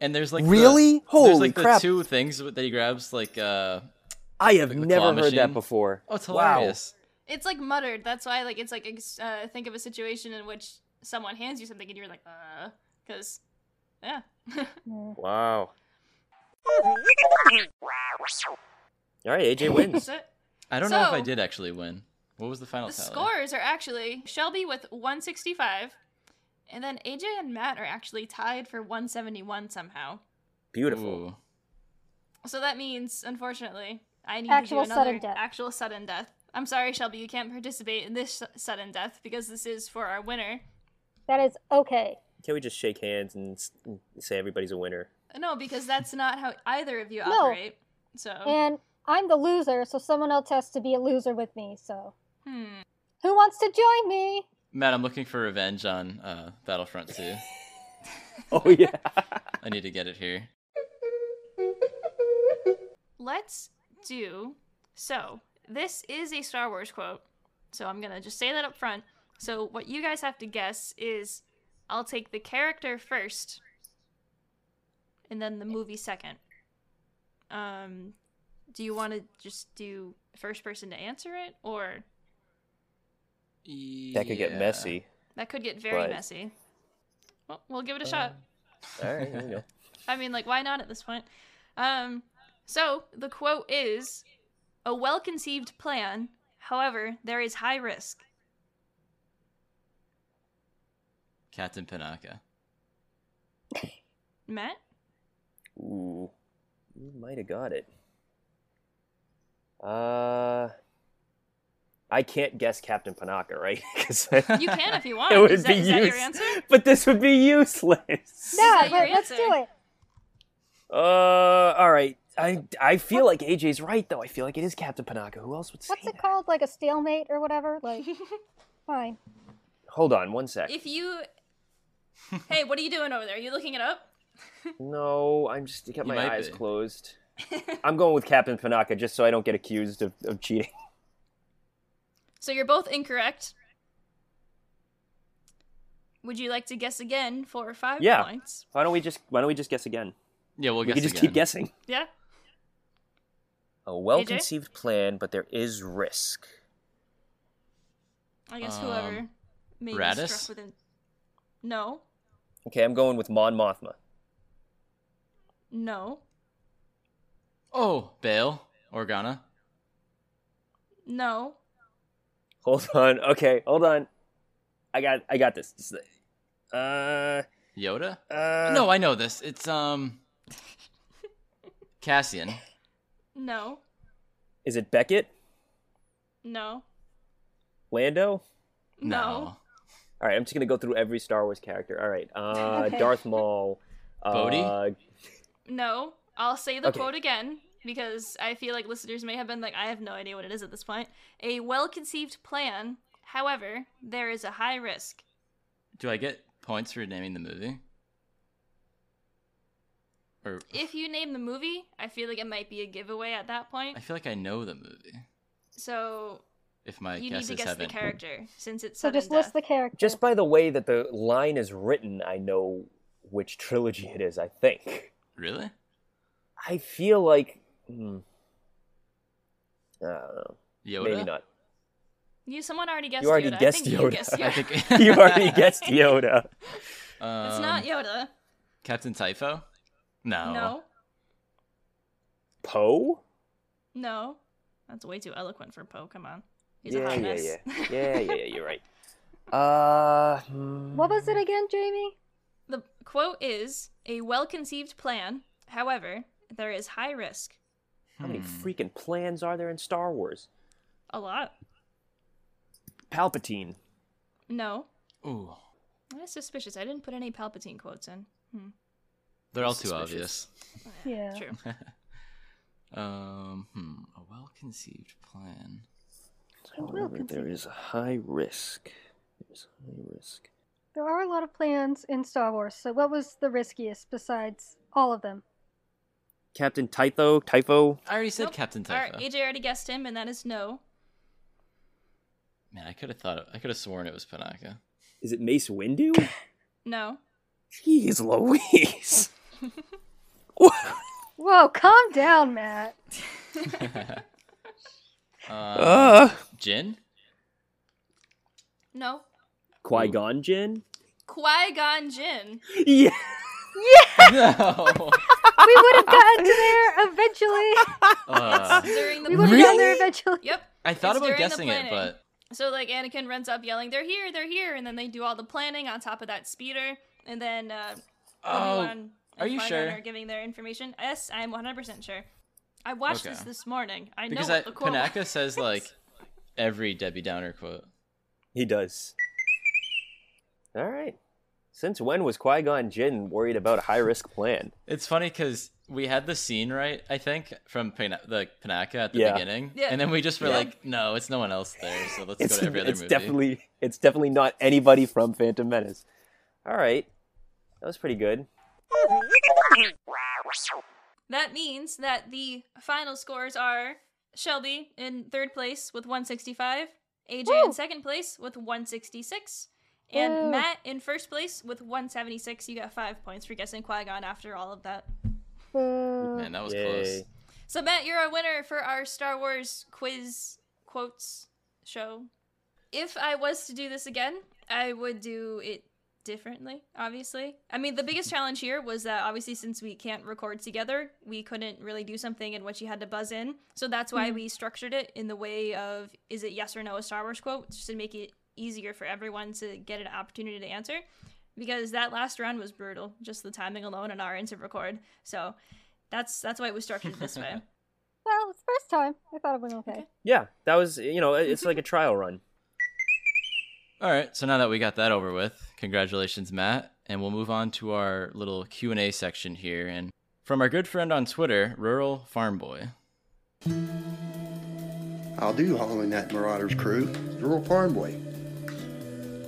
[SPEAKER 4] and there's like the-
[SPEAKER 5] Really?
[SPEAKER 4] there's
[SPEAKER 5] Holy
[SPEAKER 4] like
[SPEAKER 5] crap.
[SPEAKER 4] the two things that he grabs. Like uh,
[SPEAKER 5] I have
[SPEAKER 4] Like the claw
[SPEAKER 5] never heard
[SPEAKER 4] machine?
[SPEAKER 5] that before.
[SPEAKER 4] oh, it's
[SPEAKER 5] Wow.
[SPEAKER 4] hilarious.
[SPEAKER 2] It's like muttered. That's why like it's like ex- uh, think of a situation in which someone hands you something and you're like uh cuz yeah.
[SPEAKER 3] Mm.
[SPEAKER 5] Wow. All right, AJ wins.
[SPEAKER 2] That's it.
[SPEAKER 4] I don't know if I
[SPEAKER 2] So-
[SPEAKER 4] did actually win. What was the final
[SPEAKER 2] The
[SPEAKER 4] tally?
[SPEAKER 2] scores are actually Shelby with 165 and then AJ and Matt are actually tied for 171 somehow.
[SPEAKER 5] Beautiful.
[SPEAKER 4] Ooh.
[SPEAKER 2] So that means unfortunately I need
[SPEAKER 3] Actual
[SPEAKER 2] to do another
[SPEAKER 3] sudden death.
[SPEAKER 2] actual sudden death. I'm sorry Shelby, you can't participate in this su- sudden death because this is for our winner.
[SPEAKER 3] That is okay.
[SPEAKER 5] Can we just shake hands and s- and say everybody's a winner?
[SPEAKER 2] No, because that's not how either of you
[SPEAKER 3] No. Eh.
[SPEAKER 2] operate. So
[SPEAKER 3] And I'm the loser, so someone else has to be a loser with me. So
[SPEAKER 2] hmm.
[SPEAKER 3] who wants to join me?
[SPEAKER 4] Matt, I'm looking for revenge on uh, Battlefront 2.
[SPEAKER 5] Oh yeah.
[SPEAKER 4] I need to get it here.
[SPEAKER 2] let's do so this is a star wars quote so i'm gonna just say that up front so what you guys have to guess is i'll take the character first and then the movie second um do you want to just do first person to answer it or
[SPEAKER 5] that could get
[SPEAKER 4] Yeah.
[SPEAKER 5] messy.
[SPEAKER 2] that could get very
[SPEAKER 5] Right.
[SPEAKER 2] messy well, we'll give it a shot
[SPEAKER 5] All right, you know.
[SPEAKER 2] I mean, like, why not at this point? Um, so the quote is a well conceived plan, however, there is high risk.
[SPEAKER 4] Captain Panaka.
[SPEAKER 2] Matt?
[SPEAKER 5] Ooh, you might have got it. Uh, I can't guess Captain Panaka, right? 'Cause
[SPEAKER 2] You can if you want.
[SPEAKER 5] it would
[SPEAKER 2] Oh, is that,
[SPEAKER 5] be
[SPEAKER 2] is that your
[SPEAKER 5] use-
[SPEAKER 2] answer?
[SPEAKER 5] But this would be useless.
[SPEAKER 3] No,
[SPEAKER 2] that your
[SPEAKER 3] but let's do
[SPEAKER 2] answer?
[SPEAKER 3] it.
[SPEAKER 5] Uh, all right. I I feel like AJ's right though. I feel like it is Captain Panaka. Who else would say
[SPEAKER 3] What's it
[SPEAKER 5] that?
[SPEAKER 3] called? Like a stalemate or whatever? Like, fine.
[SPEAKER 5] Hold on, one sec.
[SPEAKER 2] If you. hey, what are you doing over there? Are you looking it up?
[SPEAKER 5] No, I'm just I kept
[SPEAKER 4] You
[SPEAKER 5] my
[SPEAKER 4] might
[SPEAKER 5] eyes
[SPEAKER 4] be.
[SPEAKER 5] closed. I'm going with Captain Panaka just so I don't get accused of, of cheating.
[SPEAKER 2] So you're both incorrect. Would you like to guess again for five
[SPEAKER 5] Yeah.
[SPEAKER 2] points?
[SPEAKER 5] Why don't we just Why don't we just guess again?
[SPEAKER 4] Yeah, we'll
[SPEAKER 5] we
[SPEAKER 4] guess
[SPEAKER 5] can just
[SPEAKER 4] again.
[SPEAKER 5] keep guessing.
[SPEAKER 2] Yeah.
[SPEAKER 5] A well-conceived plan, but there is risk.
[SPEAKER 2] I guess
[SPEAKER 4] Um,
[SPEAKER 2] whoever may be
[SPEAKER 4] Radis?
[SPEAKER 2] struck with an. No.
[SPEAKER 5] Okay, I'm going with Mon Mothma.
[SPEAKER 2] No.
[SPEAKER 4] Oh, Bail, Organa.
[SPEAKER 2] No.
[SPEAKER 5] Hold on. Okay, hold on. I got I got this. This is- Uh
[SPEAKER 4] Yoda?
[SPEAKER 5] uh
[SPEAKER 4] no, I know this. It's um Cassian.
[SPEAKER 2] No.
[SPEAKER 5] Is it Beckett?
[SPEAKER 2] No.
[SPEAKER 5] Lando?
[SPEAKER 2] No.
[SPEAKER 5] All right, I'm just going to go through every Star Wars character. All right. Uh
[SPEAKER 3] Okay.
[SPEAKER 5] Darth Maul. Uh,
[SPEAKER 4] Bodhi?
[SPEAKER 2] No. I'll say the
[SPEAKER 5] Okay.
[SPEAKER 2] quote again because I feel like listeners may have been like, I have no idea what it is at this point. A well conceived plan, however, there is a high risk.
[SPEAKER 4] Do I get points for naming the movie? Or
[SPEAKER 2] If you name the movie, I feel like it might be a giveaway at that point.
[SPEAKER 4] I feel like I know the movie.
[SPEAKER 2] So
[SPEAKER 4] If my
[SPEAKER 2] you need
[SPEAKER 4] guesses
[SPEAKER 2] to guess the
[SPEAKER 4] haven't
[SPEAKER 2] character since it's
[SPEAKER 3] So
[SPEAKER 2] sudden
[SPEAKER 3] just list
[SPEAKER 2] death.
[SPEAKER 3] the character.
[SPEAKER 5] Just by the way that the line is written, I know which trilogy it is, I think.
[SPEAKER 4] really.
[SPEAKER 5] I feel like hmm, I don't know.
[SPEAKER 4] Yoda.
[SPEAKER 5] Maybe not.
[SPEAKER 2] You someone already guessed.
[SPEAKER 5] You already
[SPEAKER 2] Yoda. I
[SPEAKER 5] guessed
[SPEAKER 2] think you
[SPEAKER 5] Yoda.
[SPEAKER 2] guessed
[SPEAKER 5] I
[SPEAKER 4] I
[SPEAKER 2] Yoda.
[SPEAKER 4] think Um,
[SPEAKER 5] you already guessed Yoda.
[SPEAKER 2] it's not
[SPEAKER 5] um,
[SPEAKER 2] Yoda.
[SPEAKER 4] Captain Typho. No.
[SPEAKER 2] No,
[SPEAKER 5] Poe?
[SPEAKER 2] no, that's way too eloquent for Poe. Come on, he's a
[SPEAKER 5] yeah,
[SPEAKER 2] hot
[SPEAKER 5] yeah,
[SPEAKER 2] mess.
[SPEAKER 5] yeah, yeah, yeah, yeah. You're right. Uh,
[SPEAKER 3] What was it again, Jamie?
[SPEAKER 2] the quote is a well-conceived plan. However, there is high risk.
[SPEAKER 5] How many
[SPEAKER 4] Hmm.
[SPEAKER 5] freaking plans are there in Star Wars?
[SPEAKER 2] A lot.
[SPEAKER 5] Palpatine.
[SPEAKER 2] No,
[SPEAKER 4] Ooh,
[SPEAKER 2] that is suspicious. I didn't put any Palpatine quotes in. Hmm. Oh,
[SPEAKER 4] they're all too
[SPEAKER 5] Suspicious.
[SPEAKER 3] Yeah.
[SPEAKER 2] True.
[SPEAKER 4] obvious. um, hmm, a well-conceived plan.
[SPEAKER 6] However, there is a high risk. There's a high risk.
[SPEAKER 3] There are a lot of plans in Star Wars, so what was the riskiest besides all of them?
[SPEAKER 5] Captain Typho. Typho.
[SPEAKER 4] I already said
[SPEAKER 2] Nope.
[SPEAKER 4] Captain
[SPEAKER 2] All right,
[SPEAKER 4] Typho.
[SPEAKER 2] AJ already guessed him, and that is no.
[SPEAKER 4] Man, I could have thought. I could have sworn it was Panaka.
[SPEAKER 5] Is it Mace Windu?
[SPEAKER 2] No.
[SPEAKER 5] Jeez, Louise. What?
[SPEAKER 3] Whoa, calm down, Matt.
[SPEAKER 4] um,
[SPEAKER 5] uh.
[SPEAKER 4] Jin.
[SPEAKER 2] No.
[SPEAKER 5] Qui Gon Jinn.
[SPEAKER 2] Qui Gon Jinn.
[SPEAKER 5] Yeah.
[SPEAKER 4] No.
[SPEAKER 3] We would have gotten to there eventually.
[SPEAKER 4] Uh,
[SPEAKER 2] During the
[SPEAKER 3] We would have gotten there eventually.
[SPEAKER 2] Yep.
[SPEAKER 4] I thought
[SPEAKER 2] It's
[SPEAKER 4] about
[SPEAKER 2] during the
[SPEAKER 4] guessing it,
[SPEAKER 2] planning.
[SPEAKER 4] but
[SPEAKER 2] So like Anakin runs up yelling, "They're here! They're here!" And then they do all the planning on top of that speeder, and then uh,
[SPEAKER 4] oh,
[SPEAKER 2] Obi-Wan and
[SPEAKER 4] are you
[SPEAKER 2] Qui-Gon
[SPEAKER 4] sure?
[SPEAKER 2] Are giving their information? Yes, I'm 100 percent sure. I watched this
[SPEAKER 4] Okay.
[SPEAKER 2] this morning. I
[SPEAKER 4] because
[SPEAKER 2] know
[SPEAKER 4] I,
[SPEAKER 2] what the quote.
[SPEAKER 4] Panaka says like every Debbie Downer quote.
[SPEAKER 5] He does. All right. Since when was Qui Gon Jinn worried about a high risk plan?
[SPEAKER 4] It's funny because we had the scene right, I think, from Pana- the Panaka at the
[SPEAKER 5] Yeah.
[SPEAKER 4] beginning,
[SPEAKER 2] Yeah.
[SPEAKER 4] and then we just were
[SPEAKER 2] Yeah.
[SPEAKER 4] like, "No, it's no one else there, so let's
[SPEAKER 5] it's,
[SPEAKER 4] go to every other
[SPEAKER 5] it's
[SPEAKER 4] movie."
[SPEAKER 5] definitely it's definitely not anybody from Phantom Menace. All right, that was pretty good.
[SPEAKER 2] That means that the final scores are Shelby in third place with 165, AJ
[SPEAKER 3] Woo!
[SPEAKER 2] in second place with 166, and
[SPEAKER 3] Woo.
[SPEAKER 2] Matt in first place with 176. You got five points for guessing Qui Gon after all of that.
[SPEAKER 3] Boo.
[SPEAKER 4] Man, that was
[SPEAKER 5] Yay.
[SPEAKER 4] close.
[SPEAKER 2] So Matt, you're a winner for our Star Wars quiz quotes show. If I was to do this again, I would do it differently, obviously. I mean, the biggest challenge here was that obviously since we can't record together, we couldn't really do something in which you had to buzz in. So that's why
[SPEAKER 3] Mhm.
[SPEAKER 2] we structured it in the way of is it yes or no a Star Wars quote, just to make it easier for everyone to get an opportunity to answer. Because that last round was brutal, just the timing alone and our end to record. So that's that's why it was structured this way.
[SPEAKER 3] Well, it's the first time. I thought it went okay.
[SPEAKER 2] Okay.
[SPEAKER 5] Yeah, that was you know it's like a trial run.
[SPEAKER 4] All right, so now that we got that over with, congratulations, Matt, and we'll move on to our little Q and A section here, and from our good friend on Twitter, Rural Farm Boy.
[SPEAKER 7] I'll do hauling that Marauders crew, Rural Farm Boy.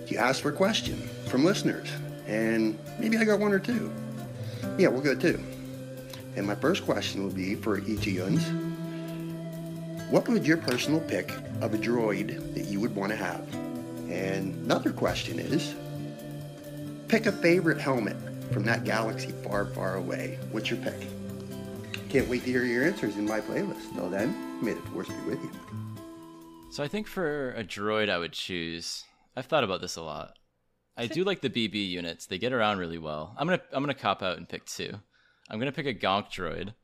[SPEAKER 7] You asked for a question from listeners, and maybe I got one or two. Yeah, we'll go two. And my first question will be for Ichiyuns. What would your personal pick of a droid that you would want to have? And another question is, Pick a favorite helmet from that galaxy far, far away. What's your pick? Can't wait to hear your answers in my playlist. Till then, may the force be with you.
[SPEAKER 4] So I think for a droid, I would choose. I've thought about this a lot. I do like the BB units; they get around really well. I'm gonna I'm gonna cop out and pick two. I'm gonna pick a Gonk droid,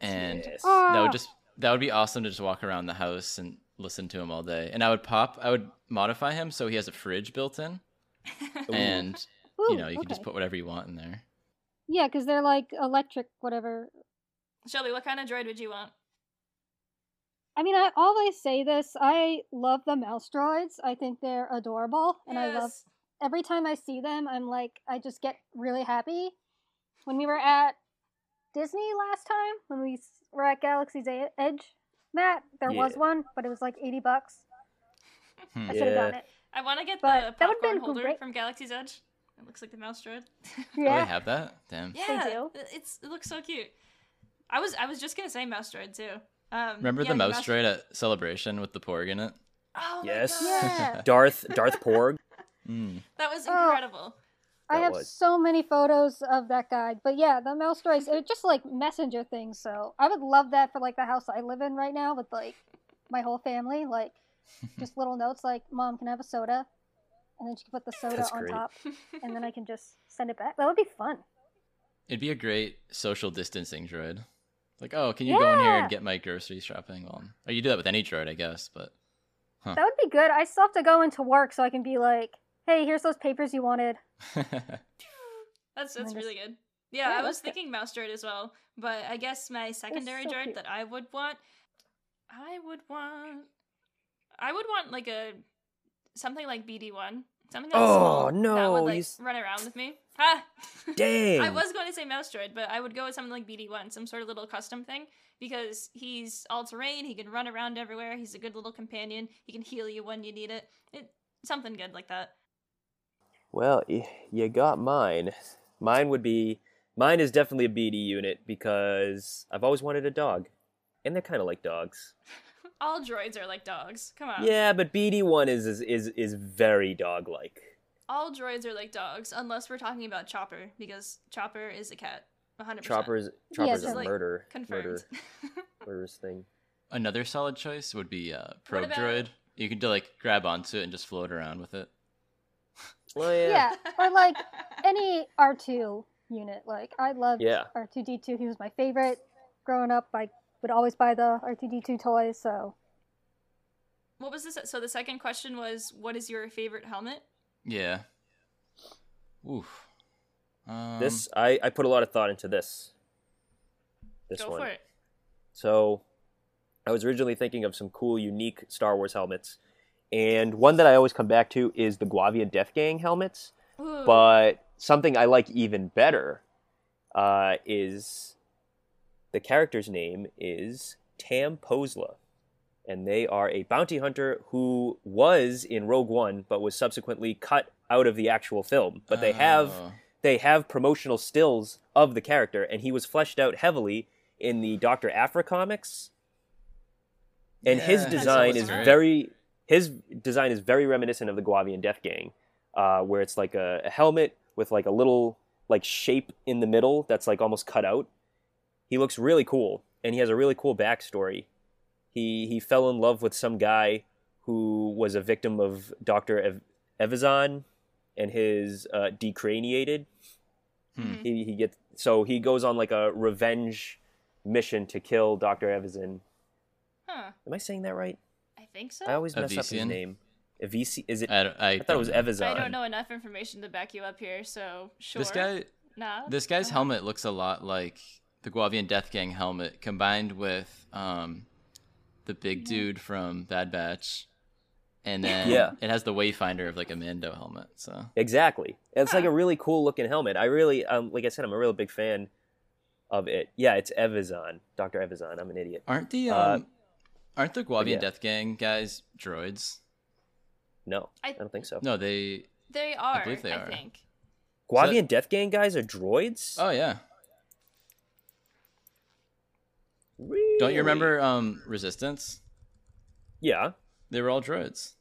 [SPEAKER 4] and
[SPEAKER 5] Yes.
[SPEAKER 4] that would just that would be awesome to just walk around the house and listen to him all day. And I would pop. I would modify him so he has a fridge built in,
[SPEAKER 5] Ooh.
[SPEAKER 4] and
[SPEAKER 3] Ah, Ooh,
[SPEAKER 4] you know you can just
[SPEAKER 3] okay.
[SPEAKER 4] put whatever you want in there.
[SPEAKER 3] Yeah, because they're like electric, whatever.
[SPEAKER 2] Shelby, what kind of droid would you want?
[SPEAKER 3] I mean, I always say this. I love the mouse droids. I think they're adorable, and I love
[SPEAKER 2] Yes.
[SPEAKER 3] every time I see them. I'm like, I just get really happy. When we were at Disney last time, when we s- were at Galaxy's E- Edge, Matt, there was
[SPEAKER 5] Yeah.
[SPEAKER 3] one, but it was like eighty bucks.
[SPEAKER 4] Hmm.
[SPEAKER 3] I should have
[SPEAKER 5] Yeah.
[SPEAKER 3] gotten it.
[SPEAKER 2] I want to get the
[SPEAKER 3] But that would've
[SPEAKER 2] popcorn
[SPEAKER 3] been
[SPEAKER 2] holder
[SPEAKER 3] great.
[SPEAKER 2] from Galaxy's Edge. It looks like the mouse droid.
[SPEAKER 4] Oh, they
[SPEAKER 3] Yeah,
[SPEAKER 4] have that. Damn.
[SPEAKER 2] yeah,
[SPEAKER 3] do.
[SPEAKER 2] it- it's it looks so cute. I was I was just gonna say mouse droid too. Um,
[SPEAKER 4] Remember
[SPEAKER 2] yeah,
[SPEAKER 4] the mouse droid at Celebration with the porg in it?
[SPEAKER 2] Oh my
[SPEAKER 5] Yes.
[SPEAKER 2] God.
[SPEAKER 3] yeah.
[SPEAKER 5] Darth Darth Porg.
[SPEAKER 4] Mm.
[SPEAKER 2] that was
[SPEAKER 3] Oh.
[SPEAKER 2] incredible.
[SPEAKER 3] I
[SPEAKER 5] That
[SPEAKER 3] have
[SPEAKER 5] was-
[SPEAKER 3] so many photos of that guy. But yeah, the mouse droids, they're just like messenger things. So I would love that for like the house I live in right now with like my whole family. Like just little notes like, Mom, can I have a soda? And then she can put the soda
[SPEAKER 5] That's
[SPEAKER 3] on
[SPEAKER 5] great.
[SPEAKER 3] top. And then I can just send it back. That would be fun.
[SPEAKER 4] It'd be a great social distancing droid. Like, oh, can you go in here
[SPEAKER 3] Yeah.
[SPEAKER 4] and get my grocery shopping? Well, oh, you do that with any droid, I guess, but
[SPEAKER 3] That would be good. I still have to go into work so I can be like, hey, here's those papers you wanted.
[SPEAKER 2] That's
[SPEAKER 3] And
[SPEAKER 2] that's
[SPEAKER 3] then
[SPEAKER 2] really good. Yeah,
[SPEAKER 3] Yeah,
[SPEAKER 2] I was
[SPEAKER 3] that's good.
[SPEAKER 2] thinking mouse droid as well, but I guess my secondary
[SPEAKER 3] so
[SPEAKER 2] droid
[SPEAKER 3] cute.
[SPEAKER 2] that I would want, I would want, I would want like a something like BD one, something that's
[SPEAKER 5] Oh,
[SPEAKER 2] small that
[SPEAKER 5] no,
[SPEAKER 2] would like
[SPEAKER 5] you s-
[SPEAKER 2] run around with me. Ah!
[SPEAKER 5] Dang.
[SPEAKER 2] I was going to say mouse droid, but I would go with something like BD one, some sort of little custom thing because he's all terrain. He can run around everywhere. He's a good little companion. He can heal you when you need it. it something good like that.
[SPEAKER 5] Well, y- you got mine. Mine would be mine is definitely a BD unit because I've always wanted a dog, and they're kind of like dogs.
[SPEAKER 2] All droids are like dogs. Come on.
[SPEAKER 5] Yeah, but BD one is is is, is very dog like.
[SPEAKER 2] all droids are like dogs unless we're talking about chopper because chopper is a cat 100%
[SPEAKER 5] Chopper's Chopper's
[SPEAKER 3] so
[SPEAKER 5] a
[SPEAKER 2] like,
[SPEAKER 5] murder
[SPEAKER 2] confirmed
[SPEAKER 5] murder murderous thing.
[SPEAKER 4] another solid choice would be uh, probe
[SPEAKER 2] about-
[SPEAKER 4] droid. You could like grab onto it and just float around with it.
[SPEAKER 5] Oh yeah.
[SPEAKER 3] Yeah. Or like any R2 unit. Like I loved
[SPEAKER 5] Yeah.
[SPEAKER 3] R2D2. He was my favorite growing up. I would always buy the R2D2 toys. So
[SPEAKER 2] what was this so the second question was what is your favorite helmet
[SPEAKER 4] Yeah. Oof. Um,
[SPEAKER 5] This I I put a lot of thought into this. This
[SPEAKER 2] go
[SPEAKER 5] one.
[SPEAKER 2] for it
[SPEAKER 5] So I was originally thinking of some cool, unique Star Wars helmets. And one that I always come back to is the Guavia Death Gang helmets.
[SPEAKER 2] Ooh,
[SPEAKER 5] But something I like even better uh, is the character's name is Tam Posla. And they are a bounty hunter who was in Rogue One, but was subsequently cut out of the actual film. But they have
[SPEAKER 4] oh.
[SPEAKER 5] they have promotional stills of the character, and he was fleshed out heavily in the Doctor Afra comics. And his
[SPEAKER 4] Yeah, that
[SPEAKER 5] design
[SPEAKER 4] was
[SPEAKER 5] is
[SPEAKER 4] great.
[SPEAKER 5] very his design is very reminiscent of the Guavian Death Gang, uh, where it's like a, a helmet with like a little like shape in the middle that's like almost cut out. He looks really cool, and he has a really cool backstory. He he fell in love with some guy who was a victim of Doctor Ev- Evazan and his uh, decraniated.
[SPEAKER 4] Mm-hmm. Hmm.
[SPEAKER 5] He, he gets so he goes on like a revenge mission to kill Doctor Evazan.
[SPEAKER 2] huh
[SPEAKER 5] Am I saying that right?
[SPEAKER 2] i think so
[SPEAKER 5] I always mess up his
[SPEAKER 4] Evesian?
[SPEAKER 5] name. Evisi is it? I,
[SPEAKER 4] I, don't- I,
[SPEAKER 5] thought it was
[SPEAKER 4] don't know.
[SPEAKER 5] Evazan.
[SPEAKER 2] I don't know enough information to back you up here so sure
[SPEAKER 4] This guy,
[SPEAKER 2] nah
[SPEAKER 4] this guy's
[SPEAKER 2] Uh,
[SPEAKER 4] helmet looks a lot like the Guavian Death Gang helmet combined with um, the big dude from Bad Batch, and then
[SPEAKER 5] Yeah.
[SPEAKER 4] it has the Wayfinder of like a Mando helmet. So
[SPEAKER 5] Exactly. It's like
[SPEAKER 2] Huh.
[SPEAKER 5] a really cool looking helmet. I really, um, like I said, I'm a real big fan of it. Yeah, it's Evazan, Doctor Evazan. I'm an idiot.
[SPEAKER 4] aren't the
[SPEAKER 5] Uh,
[SPEAKER 4] um, aren't the Guavian
[SPEAKER 5] yeah.
[SPEAKER 4] Death Gang guys droids?
[SPEAKER 5] No,
[SPEAKER 2] I-
[SPEAKER 5] I, don't think so.
[SPEAKER 4] No, they.
[SPEAKER 2] they are i,
[SPEAKER 4] believe they are.
[SPEAKER 2] think
[SPEAKER 5] Guavian Death Gang guys are droids.
[SPEAKER 4] Oh yeah.
[SPEAKER 5] really?
[SPEAKER 4] Don't you remember um, Resistance?
[SPEAKER 5] Yeah.
[SPEAKER 4] They were all droids.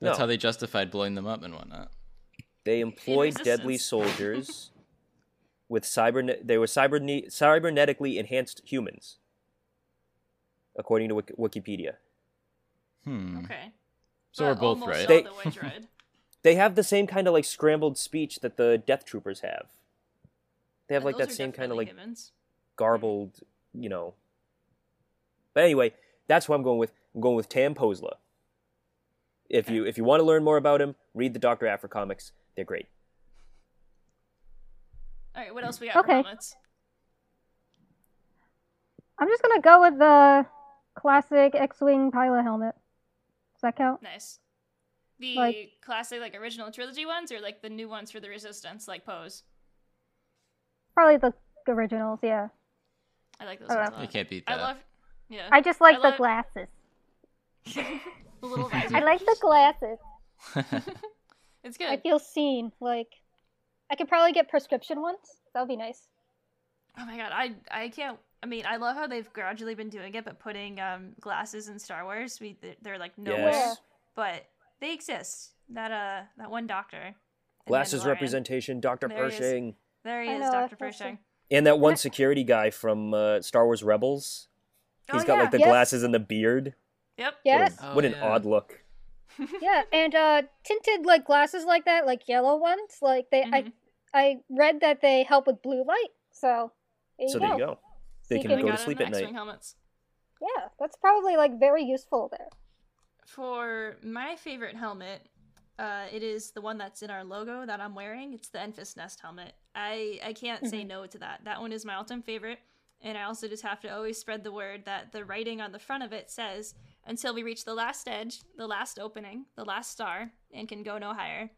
[SPEAKER 4] That's
[SPEAKER 5] No.
[SPEAKER 4] how they justified blowing them up and whatnot.
[SPEAKER 5] They employed
[SPEAKER 2] resistance.
[SPEAKER 5] deadly soldiers with cyber. They were cyberne- cybernetically enhanced humans, according to Wik- Wikipedia.
[SPEAKER 4] Hmm.
[SPEAKER 2] Okay.
[SPEAKER 4] So
[SPEAKER 2] But
[SPEAKER 4] we're both
[SPEAKER 2] almost all
[SPEAKER 4] right.
[SPEAKER 5] They-
[SPEAKER 2] the Wedge Red.
[SPEAKER 5] They have the same kind of like scrambled speech that the Death Troopers have. They have
[SPEAKER 2] And
[SPEAKER 5] like
[SPEAKER 2] those
[SPEAKER 5] that
[SPEAKER 2] are
[SPEAKER 5] same kind of
[SPEAKER 2] definitely
[SPEAKER 5] like
[SPEAKER 2] humans.
[SPEAKER 5] garbled, you know. But anyway, that's what I'm going with. I'm going with Tam Posla. If you if you want to learn more about him, read the Doctor Afro comics. They're great.
[SPEAKER 2] All right, what else we got?
[SPEAKER 3] Okay.
[SPEAKER 2] For helmets?
[SPEAKER 3] I'm just gonna go with the classic X-wing pilot helmet. Does that count?
[SPEAKER 2] Nice. The
[SPEAKER 3] Like-
[SPEAKER 2] classic, like original trilogy ones, or like the new ones for the Resistance, like Pose.
[SPEAKER 3] Probably the originals. Yeah.
[SPEAKER 2] I like those
[SPEAKER 3] I
[SPEAKER 2] ones
[SPEAKER 3] love
[SPEAKER 2] a
[SPEAKER 4] You
[SPEAKER 2] lot.
[SPEAKER 4] can't beat
[SPEAKER 2] I
[SPEAKER 4] that.
[SPEAKER 2] love. Yeah.
[SPEAKER 3] I just like
[SPEAKER 2] Oh, I
[SPEAKER 3] the
[SPEAKER 2] love-
[SPEAKER 3] glasses.
[SPEAKER 2] the little visor.
[SPEAKER 3] I like the glasses.
[SPEAKER 2] It's
[SPEAKER 3] I
[SPEAKER 2] good.
[SPEAKER 3] feel seen. Like, I could probably get prescription ones. That would be nice.
[SPEAKER 2] Oh my god, I I can't. I mean, I love how they've gradually been doing it, but putting um glasses in Star Wars, we they're, they're like nowhere,
[SPEAKER 5] Yes.
[SPEAKER 2] but they exist. That uh, that one doctor. in
[SPEAKER 5] Glasses
[SPEAKER 2] Mandalorian.
[SPEAKER 5] representation, Doctor
[SPEAKER 2] There he is.
[SPEAKER 5] Pershing,
[SPEAKER 2] There he
[SPEAKER 3] I
[SPEAKER 2] is,
[SPEAKER 3] know, I
[SPEAKER 2] Doctor
[SPEAKER 3] feel
[SPEAKER 2] Pershing.
[SPEAKER 5] and that one security guy from uh, Star Wars Rebels.
[SPEAKER 2] Oh,
[SPEAKER 5] He's got
[SPEAKER 2] yeah.
[SPEAKER 5] like the
[SPEAKER 3] Yes.
[SPEAKER 5] glasses and the beard.
[SPEAKER 2] Yep.
[SPEAKER 3] Yes.
[SPEAKER 5] What, a-
[SPEAKER 4] Oh,
[SPEAKER 5] what an
[SPEAKER 4] yeah.
[SPEAKER 5] odd look.
[SPEAKER 3] yeah, and uh, tinted like glasses like that, like yellow ones. Like they,
[SPEAKER 2] Mhm.
[SPEAKER 3] I, I read that they help with blue light. So, there you
[SPEAKER 5] so
[SPEAKER 3] go.
[SPEAKER 5] there you go. They
[SPEAKER 3] You
[SPEAKER 5] can
[SPEAKER 2] Oh my
[SPEAKER 5] go
[SPEAKER 2] god,
[SPEAKER 5] to
[SPEAKER 2] and
[SPEAKER 5] sleep
[SPEAKER 2] the
[SPEAKER 5] at night.
[SPEAKER 2] X-wing helmets.
[SPEAKER 3] Yeah, that's probably like very useful there.
[SPEAKER 2] For my favorite helmet, uh, it is the one that's in our logo that I'm wearing. It's the Enfys Nest helmet. I, I can't say no to that. That one is my all-time favorite. And I also just have to always spread the word that the writing on the front of it says, until we reach the last edge, the last opening, the last star, and can go no higher.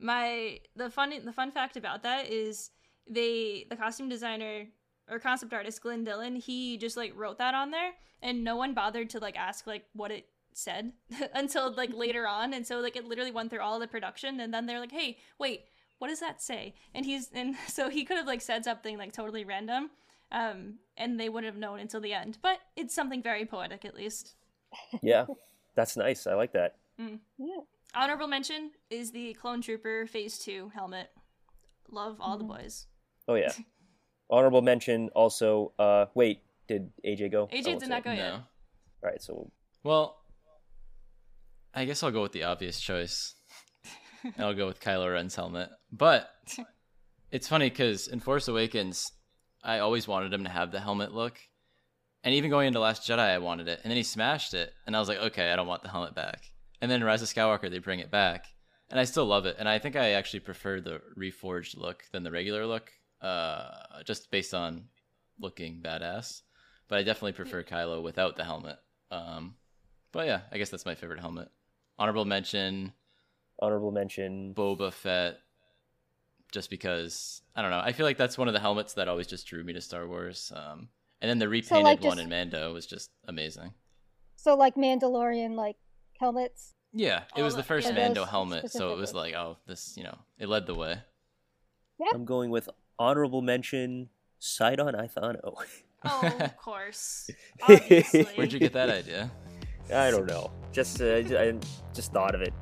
[SPEAKER 2] My the fun the fun fact about that is they the costume designer or concept artist Glenn Dillon, he just like wrote that on there and no one bothered to like ask like what it said until like later on and so like it literally went through all the production and then they're like hey wait what does that say and he's and so he could have like said something like totally random um and they wouldn't have known until the end but it's something very poetic at least
[SPEAKER 5] Yeah, that's nice. I like that.
[SPEAKER 3] Yeah.
[SPEAKER 2] honorable mention is the clone trooper phase 2 helmet love all the boys
[SPEAKER 5] Oh yeah. Honorable mention. Also, uh, wait, did AJ go?
[SPEAKER 2] AJ
[SPEAKER 5] Oh, what's
[SPEAKER 2] did not
[SPEAKER 5] it?
[SPEAKER 2] go yet
[SPEAKER 4] No.
[SPEAKER 5] All right, so
[SPEAKER 4] Well, I guess I'll go with the obvious choice. and I'll go with Kylo Ren's helmet. But it's funny because in Force Awakens, I always wanted him to have the helmet look. And even going into Last Jedi, I wanted it. And then he smashed it. And I was like, okay, I don't want the helmet back. And then in Rise of Skywalker, they bring it back. And I still love it. And I think I actually prefer the reforged look than the regular look, uh, just based on looking badass. But I definitely prefer Kylo without the helmet. Um, but yeah, I guess that's my favorite helmet. Honorable mention
[SPEAKER 5] honorable mention.
[SPEAKER 4] Boba Fett, just because I don't know. I feel like that's one of the helmets that always just drew me to Star Wars. Um, and then the repainted
[SPEAKER 3] like,
[SPEAKER 4] one
[SPEAKER 3] just-
[SPEAKER 4] in Mando was just amazing.
[SPEAKER 3] So like Mandalorian like helmets.
[SPEAKER 4] Yeah, it
[SPEAKER 2] All
[SPEAKER 4] was the
[SPEAKER 2] the-
[SPEAKER 4] first
[SPEAKER 2] yeah.
[SPEAKER 4] Mando
[SPEAKER 3] Those
[SPEAKER 4] helmet, so it was
[SPEAKER 3] specifically.
[SPEAKER 4] like, oh, this, you know, it led the way.
[SPEAKER 5] I'm going with honorable mention. Sidon Ithano.
[SPEAKER 2] oh of course obviously
[SPEAKER 4] Where'd you get that idea?
[SPEAKER 5] I don't know. Just uh, I just thought of it.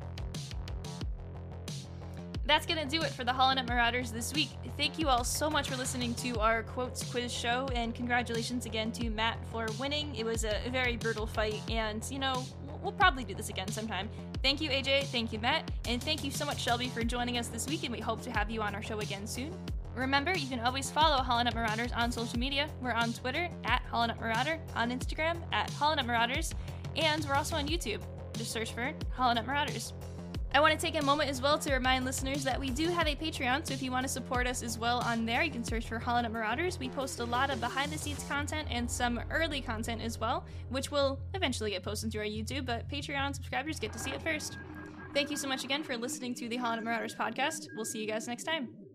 [SPEAKER 2] that's gonna do it for the Holonet Marauders this week. Thank you all so much for listening to our quotes quiz show, and congratulations again to Matt for winning. It was a very brutal fight, and you know we'll probably do this again sometime. Thank you, AJ. Thank you, Matt, and thank you so much, Shelby, for joining us this week. And we hope to have you on our show again soon. Remember, you can always follow Holonet Marauders on social media. We're on Twitter at Holonet Marauder, on Instagram at Holonet Marauders, and we're also on YouTube. Just search for Holonet Marauders. I want to take a moment as well to remind listeners that we do have a Patreon, so if you want to support us as well on there, you can search for Holonet Marauders. We post a lot of behind the scenes content and some early content as well, which will eventually get posted to our YouTube, but Patreon subscribers get to see it first. Thank you so much again for listening to the Holonet Marauders podcast. We'll see you guys next time.